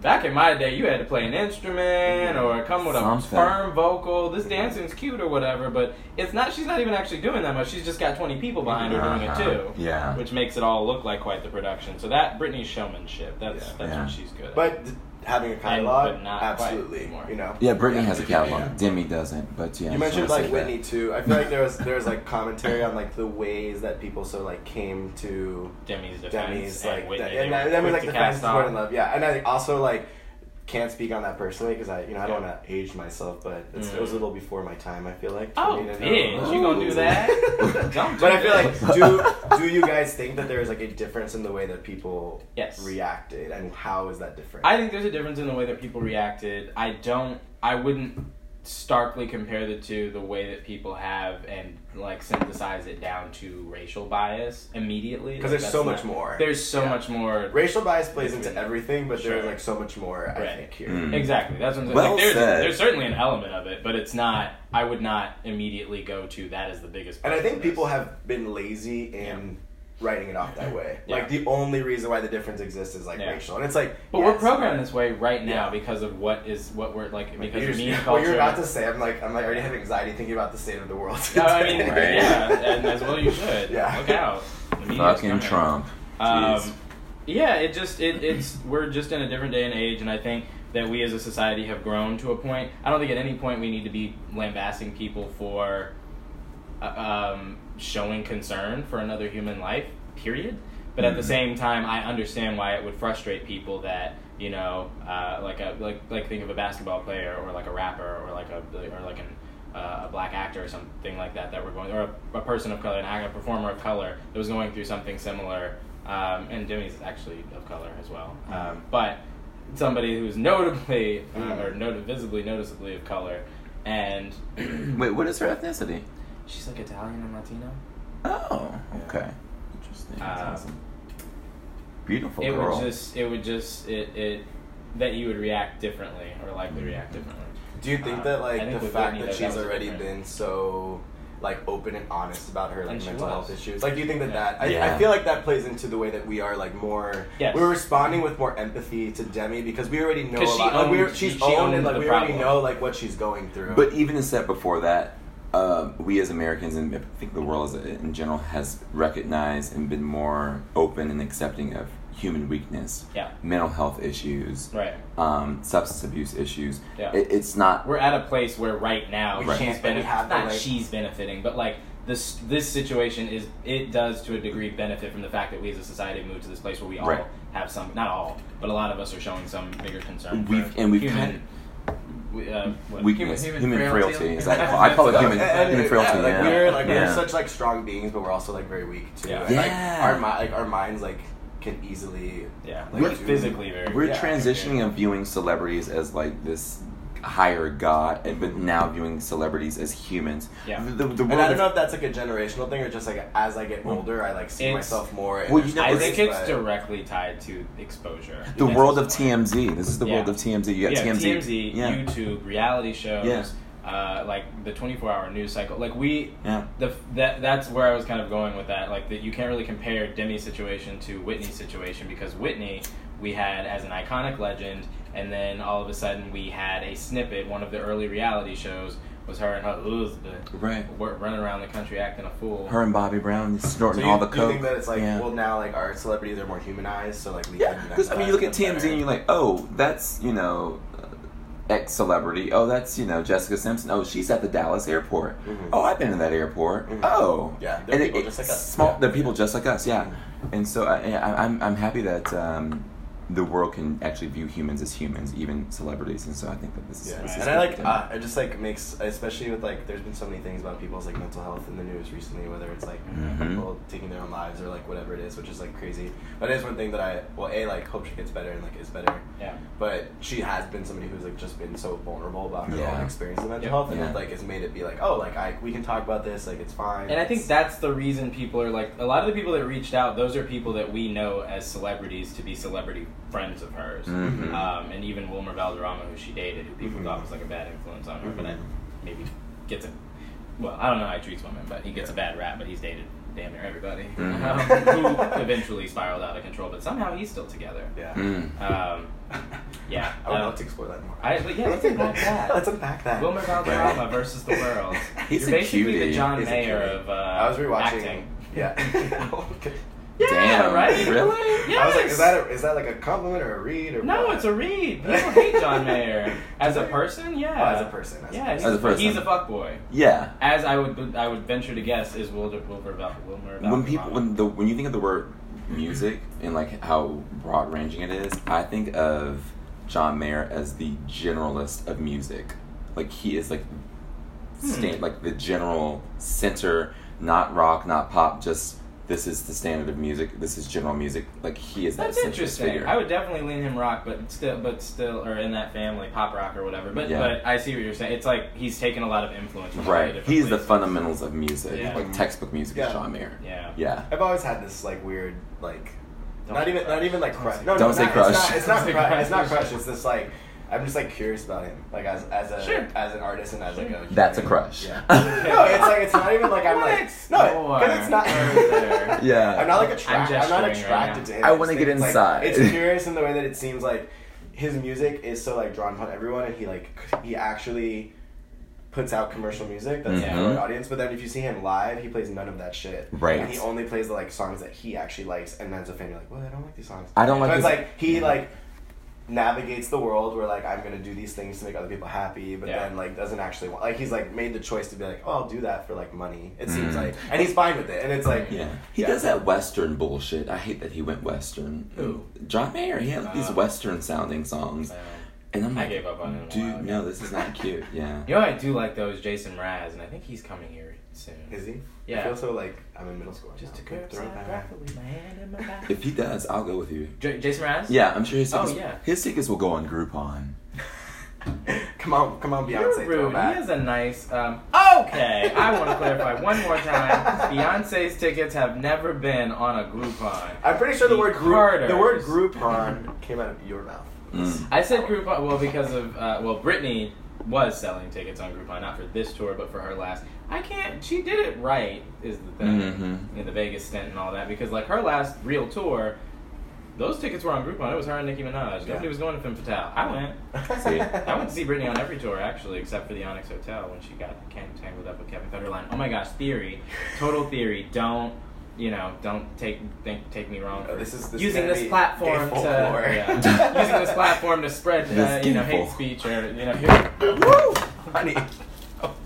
Back in my day, you had to play an instrument or come with a
Something.
firm vocal. This dancing's cute or whatever, but it's not. She's not even actually doing that much. She's just got twenty people behind her doing it too
Uh-huh. Yeah.
which makes it all look like quite the production. So that Britney showmanship, that's
Yeah.
that's
Yeah.
what she's good at.
But th- having a catalog,
but not quite
absolutely.
anymore.
You know.
Yeah, Britney has a catalog.
Yeah.
Demi doesn't, but yeah. I just
You mentioned
wanna
like
say that.
Whitney too. I feel like there was there was like commentary on like the ways that people so like came to
Demi's defense
Demi's
and
like
Whitney,
that,
they
and
were
that, I mean
quick
like
to
the
cast
fans were in
off.
love. Yeah, and I think also like can't speak on that personally because I, you know, I don't
Yeah.
want to age myself, but it's,
Mm.
it was a little before my time. I feel like. for
Oh,
me to know.
bitch, you gonna do
(laughs)
that? Don't do
But I feel
that.
like do do you guys think that there is like a difference in the way that people
(laughs) Yes.
reacted and how is that different?
I think there's a difference in the way that people reacted. I don't. I wouldn't starkly compare the two the way that people have and like synthesize it down to racial bias immediately
because
Like,
there's
that's
so
not-
much more.
There's so
Yeah.
much more.
Racial bias plays into everything, but there's
Sure.
like so much more. I
Right.
think here.
Mm.
Exactly. That's what I'm saying.
Well
like, there's,
said.
there's certainly an element of it, but it's not. I would not immediately go to that as the biggest.
And
part
I
of
think
this.
people have been lazy in writing it off that way.
Yeah.
Like the only reason why the difference exists is like
Yeah.
racial, and it's like.
But we're programmed this way right now
Yeah.
because of what is what we're like
Like,
because
you
of meme
just-
culture.
(laughs) what you're about to say, I'm like, I'm like already have anxiety thinking about the state of the world.
no, I
(laughs)
mean,
Right.
yeah, and as well you should.
Yeah.
Look out. The media's
Fucking
coming.
Trump. Jeez.
Um, yeah, it just it, it's we're just in a different day and age, and I think that we as a society have grown to a point. I don't think at any point we need to be lambasting people for uh, um, showing concern for another human life. Period. But at the
Mhm.
same time, I understand why it would frustrate people that you know, uh, like a like like think of a basketball player or like a rapper or like a or like an uh, a black actor or something like that that were going, or a, a person of color, an act- a performer of color that was going through something similar. Um, and Demi's actually of color as well, um, but somebody who's notably uh,
Mm.
or not- visibly noticeably of color, and (clears throat)
Wait, what is her ethnicity?
she's like Italian and Latino.
Oh, okay. Interesting. That's
Uh,
awesome. Beautiful
it
girl.
would just, it would just, it, it that you would react differently or
Mm-hmm.
likely react differently.
Do you think
Uh,
that
I
like
think
the
with
fact
Whitney,
that
though, that
she's
was
already
different.
been so like open and honest about her like
And she
mental health
was.
issues, like do you think that
Yeah.
that I, I
Yeah.
feel like that plays into the way that we are like more
Yes.
we're responding with more empathy to Demi because we already know a
'Cause she
lot. like, we
owned-
she's
she
owned
owned
and like
the
we already
problem.
know like what she's going through.
But even a step before that, um, we as Americans and I think the world as in general has recognized and been more open and accepting of human weakness,
Yeah.
mental health issues,
Right.
um, substance abuse issues.
Yeah.
It, it's not
We're at a place where right now
We
she's
can't- but we
benef-
have to,
not
like-
she's benefiting, but like this this situation is it does to a degree benefit from the fact that we as a society have moved to this place where we all
Right.
have some not all, but a lot of us are showing some bigger concern.
We've-
for
and we've
human, we- uh, what-
weakness,
human
human,
frailty.
frailty.
(laughs)
is that, I call it human,
And- uh, and-
human frailty.
yeah, like
yeah.
we're like
Yeah.
we're such like strong beings, but we're also like very weak too.
Yeah.
And, like,
Yeah.
our mi- like our minds like can easily
yeah,
Like,
we're
we're-
physically very
We're
Yeah.
transitioning and viewing celebrities as like this higher god, and but now viewing celebrities as humans.
Yeah.
The, the, the
And I
world
don't
of-
know if that's like a generational thing or just like as I get older, I like see
It's-
myself more. and
Well, you know,
I
there's
think
less,
it's
but-
directly tied to exposure.
the
That's
world of
the point.
TMZ. This is the world
Yeah.
of TMZ. You got
yeah,
TMZ. yeah.
YouTube, reality shows,
Yeah.
uh, like the 24-hour news cycle. Like we,
yeah.
the that that's where I was kind of going with that. Like that you can't really compare Demi's situation to Whitney's situation because Whitney we had as an iconic legend, and then all of a sudden we had a snippet. One of the early reality shows was her and her husband
Right.
were running around the country acting a fool.
Her and Bobby Brown
So
snorting
you,
all the
you
coke.
think that it's like
yeah.
well now like our celebrities are more humanized, so like we
yeah,
can
because I mean, you look at TMZ
empathize
and you're like, oh, that's you know, ex celebrity. Oh, that's you know Jessica Simpson. Oh, she's at the Dallas airport.
Mhm.
Oh, I've been in that airport.
Mhm.
Oh,
Yeah, they're
and
people just like us.
Small,
Yeah. Mm.
they're people just like us. Yeah, and so I, I, I'm I'm happy that um, the world can actually view humans as humans, even celebrities. And so I think that this is
Yeah,
this is
and I like
good.
uh, it just like makes especially with like there's been so many things about people's like mental health in the news recently, whether it's like
Mhm.
people taking their own lives or like whatever it is, which is like crazy. But it is one thing that I well a like hope she gets better and like is better.
Yeah.
But she has been somebody who's like just been so vulnerable about her
Yeah.
own experience of mental
Yeah.
health, and
Yeah.
it, like it's made it be like oh like I we can talk about this like it's fine.
And I think
It's-
that's the reason people are like a lot of the people that reached out. Those are people that we know as celebrities to be celebrity friends of hers,
Mhm.
um, and even Wilmer Valderrama, who she dated, who people
Mhm.
thought was like a bad influence on her,
Mm-hmm.
but I
Mhm.
maybe gets a well, I don't know how he treats women, but he gets a bad rap. But he's dated damn near everybody,
Mhm.
um,
Mm-hmm. (laughs)
who eventually spiraled out of control. But somehow he's still together.
yeah.
Mm.
(laughs)
Um, (laughs) yeah,
I would
um,
love to explore that more.
I- but yeah, let's unpack that.
let's unpack that.
Wilmer Valderrama versus the
(laughs)
world.
He's
You're
a
basically
cutie.
the John
He's a
Mayer
cutie.
of uh,
I was rewatching.
acting. (laughs)
Yeah. (laughs) Okay.
Yeah,
Damn,
right?
really?
Yes.
I was like, is that a, is that like a compliment or a read or
No,
what?
it's a read. People hate John
(laughs)
Mayer as a person. Yeah,
Oh, as a person. As
Yeah,
a
he's,
person.
As a person.
he's a fuckboy.
Yeah.
As I would, I would venture to guess, is Wilder Wilmer Val, Wilmer
when
Valderrama.
people when the when you think of the word music and like how broad ranging it is, I think of John Mayer as the generalist of music. Like he is like
Hmm.
stand like the general center, not rock, not pop, just this is the standard of music. This is general music. Like he is
That's
that centrist
interesting.
figure.
I would definitely lean him rock, but still, but still, or in that family, pop rock or whatever. But
Yeah.
but I see what you're saying. It's like he's taken a lot of influence. From a lot of
right.
different
He's the
places.
fundamentals of music.
Yeah.
Like textbook music
Yeah.
is John Mayer.
Yeah.
Yeah.
I've always had this like weird like
Don't
not
say
even not
Crush.
even like crush.
say
No, no,
Don't say
not-
Crush.
It's
Don't
not,
say
it's not crush. It's not
Crush.
crush. It's just like I'm just like curious about him, like as as a
Sure.
as an artist and as like a.
That's a crush. (laughs)
Yeah. no, it's like it's not even like I'm like no,
What?
'cause it's not.
Or-
(laughs) Yeah.
I'm not like attracted. I'm,
gesturing
not
right
attracted
now.
to him.
I
just
wanna
think
get
it's, like,
inside. (laughs)
it's curious in the way that it seems like his music is so like drawn upon everyone, and he like he actually puts out commercial music that's
Mhm.
for an audience. But then if you see him live, he plays none of that shit.
Right.
And he only plays the like songs that he actually likes, and then as a fan, you're like, well, I don't like these songs.
I don't like
But it's
this-
like he like navigates the world where like I'm gonna do these things to make other people happy, but
Yeah.
then like doesn't actually want like he's like made the choice to be like, oh, I'll do that for like money. It seems
Mm.
like, and he's fine with it, and it's like,
Yeah. He
Yeah.
does that Western bullshit. I hate that he went Western.
Who?
John Mayer. He has these
Uh,
Western sounding songs.
So,
And I'm
I
like,
gave up on him a while ago.
dude, no, this is not cute. Yeah.
you know what I do like though is Jason Mraz, and I think he's coming here soon.
is he? I
yeah.
feel so like I'm in middle school.
Just a
to
girl
throw it
side
back.
graphic with my hand in my back.
If he does, I'll go with you.
J- Jason Mraz.
Yeah, I'm sure his
Oh,
tickets,
yeah.
his tickets will go on Groupon.
(laughs) Come on, come on,
You're
Beyonce,
rude.
throw it
He
back.
has a nice. Um, okay, I want to clarify one more
(laughs)
time. Beyonce's tickets have never been on a Groupon.
I'm pretty sure the
The
word group, the word
Carters.
Groupon came out of your mouth. (laughs)
Mm.
I said Groupon, well, because of, uh, well, Britney was selling tickets on Groupon, not for this tour, but for her last. I can't, she did it right, is the thing.
Mm-hmm.
Mhm.
In the Vegas stint and all that, because, like, her last real tour, those tickets were on Groupon. It was her and Nicki Minaj. Nobody
Yeah.
was going to Femme Fatale. I went.
See,
(laughs)
I went to see Britney on every tour, actually, except for the Onyx Hotel when she got can- tangled up with Kevin Federline. Oh my gosh, theory, total theory. Don't, you know, don't take think, take me wrong.
Oh,
for
this is- this is
using
gonna
this
be
platform to
gay folklore. (laughs)
yeah, using this platform to spread uh,
This
you know
gay
hate
folk.
speech or you know here,
Woo!
Honey.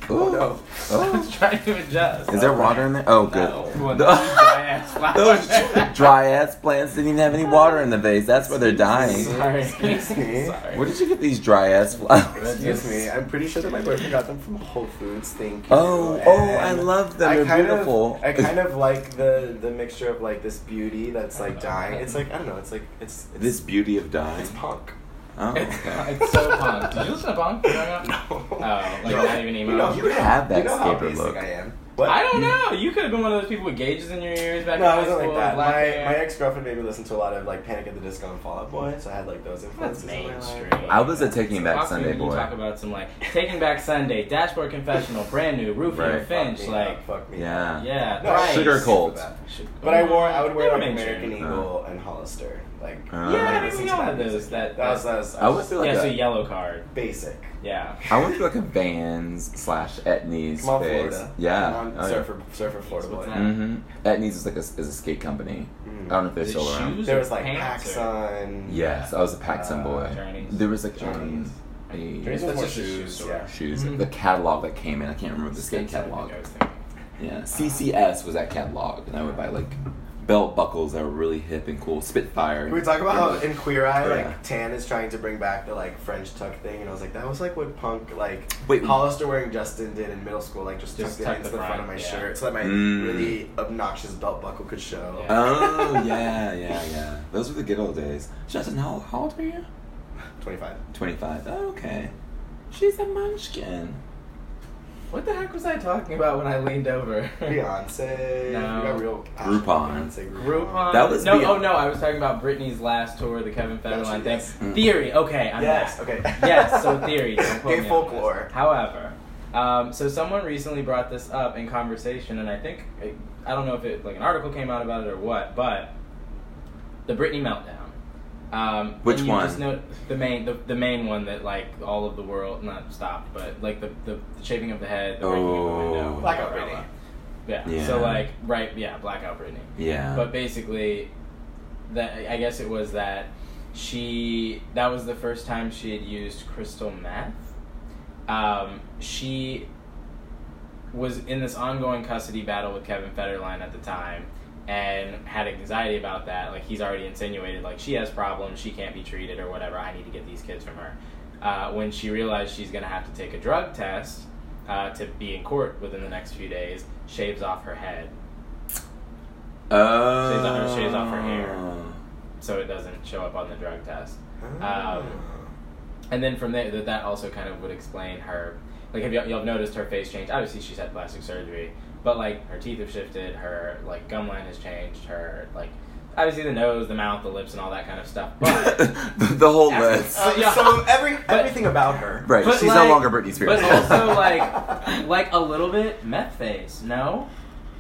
Ooh.
no.
I
Oh.
was (laughs) trying to adjust.
(laughs) Is there
(laughs)
water in there? Oh, good. (laughs)
Well, those dry-ass (laughs) flowers.
Those dry ass plants didn't even have any water in the vase. That's where they're dying.
(laughs) Sorry.
Excuse me.
Sorry.
Where did you get these dry ass flowers?
Excuse me. I'm pretty sure that my boyfriend got them from Whole Foods. Thank you.
Oh, oh, I love them.
I
They're
kind of-
beautiful.
I kind of like the the mixture of like this beauty that's like dying. It's like I don't know. It's like it's it's,
This beauty of dying.
(laughs)
it's punk.
Oh,
It's,
okay.
(laughs) it's so punk. Did you listen to punk? growing up?
No.
Oh, like not even emo.
You know,
You have that
you know how
skater
basic
look.
I am. What?
I don't know. You could have been one of those people with gauges in your ears back
No, I
in high
wasn't
school.
like that.
black
My,
hair.
my ex girlfriend made me listen to a lot of like Panic at the Disco and Fall Out Boy, so I had like those
That's
influences. in my life.
mainstream.
I was a Taking Back
Talk to me
Sunday
when you
boy.
Talk about some like Taking Back Sunday, Dashboard Confessional, brand new, Rufio
Right.
Finch,
fuck me
like
up, fuck me. up.
Yeah.
yeah,
No,
Price.
Sugar
for
Colt.
that.
Sugar-
But I wore, I would
They
wear
were
like
mainstream.
American
Uh.
Eagle and Hollister, like.
Uh.
Yeah,
like,
I mean
listen
we
to
all had
music.
those. That,
That was
that
that was,
I would feel like
yeah, so
a-
yellow card.
basic.
Yeah,
I went through like a Vans slash Etnies
Come on,
phase.
Florida.
Yeah.
Come on,
Oh, yeah.
surfer, surfer Florida
What's
boy.
that?
Mm-hmm. Etnies is like a, is a skate company. I don't know if they're
Is it
still around.
shoes
There
or
was like
pants or-
Pacsun.
Yes, I was a Paxson
Uh,
boy.
Journeys.
There was like
Journeys.
um, a-
Journeys Mm-hmm. was
That's
more
just a shoe
shoes.
store.
Yeah.
shoes.
Mhm.
The catalog that came in, I can't remember the skate
Something
catalog.
I was thinking.
Yeah, CCS was that catalog, and I would buy like belt buckles that were really hip and cool. Spitfire.
Can we talk about how
Remember?
in Queer Eye,
Yeah.
like Tan is trying to bring back the like French tuck thing, and I was like, that was like what punk like
Wait.
Hollister wearing Justin did in middle school, like just,
Just
tucked
tuck
it into
the
the front
front,
of my
yeah.
shirt so that my
Mm.
really obnoxious belt buckle could show.
Yeah.
Oh yeah, yeah, yeah. Those were the good old days. Justin, how, how old are you?
Twenty five.
Twenty five. Oh, okay. She's a munchkin.
What the heck was I talking about when I leaned over?
Beyonce.
No.
You got real
Groupon.
Beyonce,
Groupon.
That was
no.
Beyonce.
Oh no, I was talking about Britney's last tour, the Kevin Federline thing.
Yes.
Mm.
Theory. Okay, I'm
Yes.
back.
Okay.
(laughs) yes. So theory.
(laughs)
Don't quote
Gay
me on
folklore.
this. However, um, so someone recently brought this up in conversation, and I think it, I don't know if it like an article came out about it or what, but the Britney meltdown. Um,
Which
and you
one?
Just know, the main, the, the main one that like all of the world not stopped, but like the the, the shaving of the head, the breaking of the window,
Oh.
Blackout
umbrella.
Britney.
Yeah.
Yeah.
So like right, yeah, blackout Britney.
Yeah.
But basically, that I guess it was that she that was the first time she had used crystal meth. Um, she was in this ongoing custody battle with Kevin Federline at the time, and had anxiety about that. Like he's already insinuated, like she has problems, she can't be treated or whatever. I need to get these kids from her. Uh, when she realized she's gonna have to take a drug test uh, to be in court within the next few days, shaves off her head
Oh.
Shaves off her- shaves off her hair. so it doesn't show up on the drug test. Um, And then from there, that, that also kind of would explain her. Like, have y'all, y'all noticed her face change? Obviously, she's had plastic surgery, but like her teeth have shifted, her like gum line has changed, her like obviously the nose, the mouth, the lips, and all that kind of stuff.
(laughs) (laughs)
But
the, the whole
That's-
list.
Uh,
yeah.
So
(laughs)
every
But-
everything about her.
right.
but
She's
like-
no longer Britney Spears. (laughs)
but also like like a little bit meth face, no?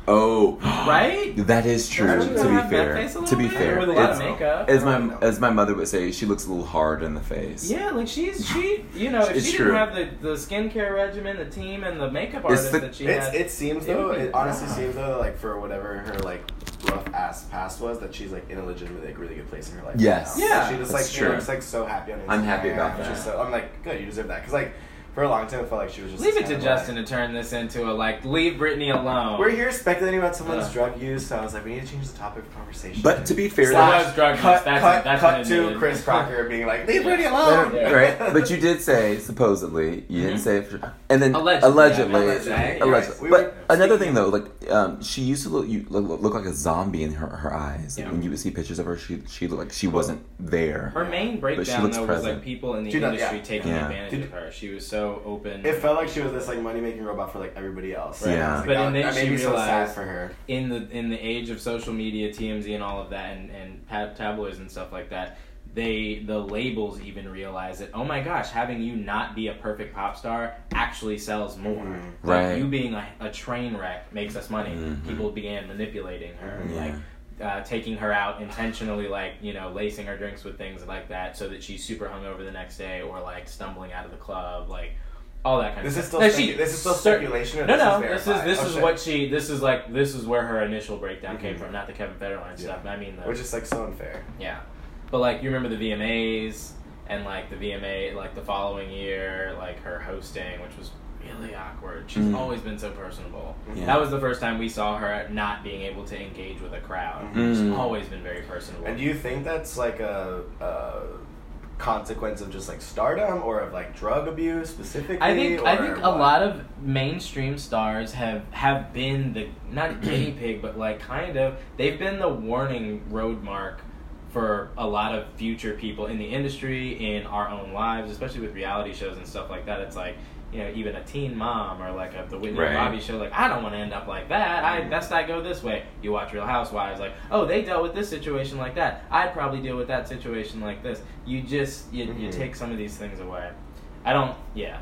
oh.
Right?
(gasps) That is true.
Doesn't
To
she have
be
that
fair.
face a
To
little
be
bit?
fair.
With a lot
of
makeup?
As
I don't
my
know.
as my mother would say, she looks a little hard in the face.
Yeah, like she's she you know if
It's
she
true.
didn't have the the skincare regimen, the team, and the makeup
It's
artist
the-
that she
It's,
had.
it seems
It would
though.
be
It honestly
rough.
seems though, like for whatever her like rough ass past was, that she's like in a legitimate like really good place in her life.
Yes.
now. Like,
Yeah.
She just
That's
like she
true.
looks like so happy on Instagram.
I'm happy about
She's
that.
so, I'm like good. You deserve that because like for a long time I felt like she was just
Leave it
kind
to
of,
Justin
Like,
to turn this into a like leave Britney alone.
we're here speculating about someone's
Ugh.
drug use, so I was like, we need to change the topic of conversation.
But to be fair,
Slash
Slash,
drug use,
cut,
that's-
cut,
that's
cut
what it
to
needed.
Chris Crocker being like, leave Britney
Right,
alone.
Yeah.
(laughs)
right? But you did say supposedly. You didn't
Mhm.
say, for, sure. and then
(laughs) Allegedly,
allegedly,
yeah,
allegedly,
allegedly, right, yes. We
but
were-
another thing though, like um, she used to look, you, look, look like a zombie in her, her eyes. Like,
Yeah.
When you would see pictures of her, she she looked like she wasn't there.
Her main breakdown
looks
though was like
present.
people in the
Dude, no,
industry
yeah.
taking
Yeah.
advantage
Dude.
of her. She was so open.
It felt like she was this like money making robot for like everybody else.
Right. Yeah.
I was like,
But
that,
and then
that
she
made me so sad
realized-
for her.
in the in the age of social media, TMZ, and all of that, and and tab- tabloids and stuff like that. They the labels even realize that oh my gosh, having you not be a perfect pop star actually sells more.
Mhm.
Like,
Right.
you being a, a train wreck makes us money.
Mhm.
People began manipulating her,
Mhm.
like uh, taking her out intentionally, like you know, lacing her drinks with things like that, so that she's super hungover the next day, or like stumbling out of the club, like all that kind
This
of
is
stuff.
still
Now,
specu- this is still
cer-
speculation or
No,
this
no,
is
this is
verified?
this
Oh,
is
shit.
what she. This is like this is where her initial breakdown came
Mhm.
from, not the Kevin Federline
Yeah.
stuff. but I mean, the,
Which is like so unfair.
yeah, but like you remember the VMAs and like the VMA, like the following year, like her hosting, which was really awkward. She's
Mm-hmm.
Mm.
always been so personable.
Yeah.
That was the first time we saw her not being able to engage with a crowd.
Mhm.
She's
Mm.
always been very personable.
Mm-hmm. And do you think that's like a, a consequence of just like stardom or of like drug abuse specifically?
I think I
or
think a
what?
lot of mainstream stars have have been the not (clears throat) guinea pig, but like kind of they've been the warning road mark for a lot of future people in the industry, in our own lives, especially with reality shows and stuff like that. It's like you know, even a teen mom or like a, the Whitney and
Right.
Bobby show, like I don't want to end up like that.
Mm-hmm.
I best I go this way. You watch Real Housewives, like oh they dealt with this situation like that. I'd probably deal with that situation like this. You just you, you
Mhm.
take some of these things away. I don't. Yeah.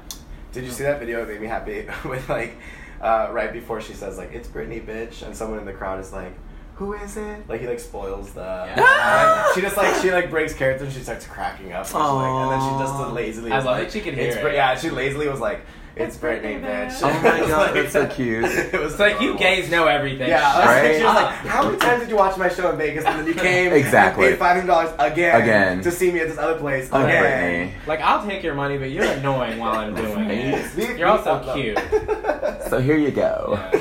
Did you see that video? It made me happy (laughs) with like uh, right before she says like it's Britney bitch and someone in the crowd is like who is it? Like he like spoils the.
Yeah. (laughs)
she just like she like breaks character and she starts cracking up. And, she's like, and then she just lazily.
I
is
love
like,
that she can
it's
hear
Br-
it.
Yeah, she lazily was like, "It's
It's Britney,
Britney, bitch."
bitch.
Oh my
(laughs) It was
God, that's so cute.
(laughs)
(laughs) it was
It's like you
adorable.
gays know everything.
Yeah, I was
Right?
like, (laughs) she was
(laughs)
like,
Shut up.
how many times did you watch my show in Vegas and
(laughs)
then you came
Exactly.
and paid five hundred dollars again,
Again.
to see me at this other place
Oh,
again?
Like I'll take your money, but you're annoying while I'm doing it.
Leave
You're
(laughs) me
also
alone. (laughs)
cute.
Britney. So here you go. (laughs)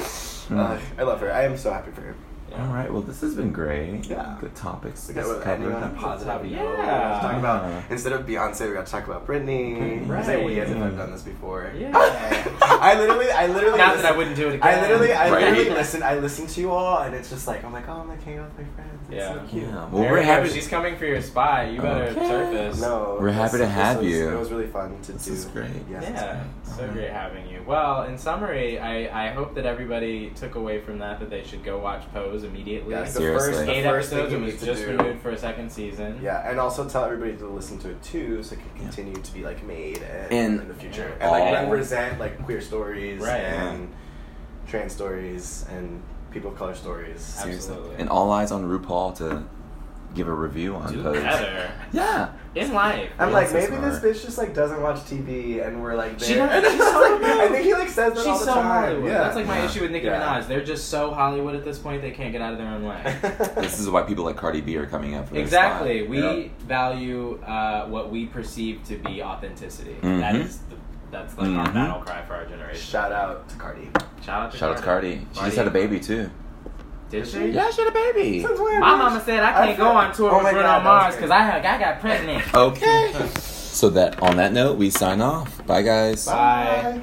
Hmm.
Yeah.
Ugh, Uh, I love her. I am so happy for her.
All right. Well, this has been great.
Yeah.
Good topics.
We got
Just
to
covered.
end on a positive
Yeah.
note. We got to talk
Yeah.
about instead of Beyonce, we got to talk about Britney.
Right.
Say we as if I've done this before.
Yeah.
(laughs) I literally, I literally.
Not that I
listened-
wouldn't do it again.
I literally, I
Right.
literally listen. I listen to you all, and it's just like I'm like, oh, I'm like hanging out with my friends. It's
Yeah.
so cute.
Yeah. Well,
There
we're
you go.
happy.
She's coming for your spy. You better
Okay.
surface.
No,
We're happy to have
was-
you.
It was really fun to
This
do.
is great.
Yeah.
Yeah, it's so
Mhm.
great having you. Well, in summary, I, I hope that everybody took away from that that they should go watch Pose immediately.
That's the
Seriously.
first, the
Eight episodes.
first
It
thing you need
was
to
just
do.
renewed for a second season.
Yeah, and also tell everybody to listen to it too, so it can continue to be like made and,
And
in the future,
all-
and like represent like queer stories
Right.
and trans stories and people of color stories.
absolutely.
And all eyes on RuPaul to give a review on
Do
Pose.
better
Yeah.
in life.
I'm
Yeah,
like,
so
maybe this
smart.
bitch just like doesn't watch TV, and we're like, there.
She
(laughs)
doesn't- she's so
Like, I
remote.
think he like says that all
She's
the
so
time.
Hollywood.
Yeah.
That's like
(laughs)
my issue with Nicki
Yeah.
Minaj. They're just so Hollywood at this point they can't get out of their own
(laughs)
way.
This is why people like Cardi B are coming up for their
exactly.
spot.
We
Yeah.
value uh, what we perceive to be authenticity.
Mm-hmm.
Mhm.
That is the, that's like our
Mhm.
battle cry for our generation.
Shout out to Cardi.
Shout out to
Shout out to Cardi. She just had a baby too.
Did
Did
she?
she?
Yeah, she had a baby.
Since when,
My
bitch?
mama said I can't
I
go on tour
feel- Oh
with
my
Bruno
God, that was
Mars
great.
because I, I got pregnant.
Okay. so that on that note, we sign off. Bye, guys.
Bye.
Bye.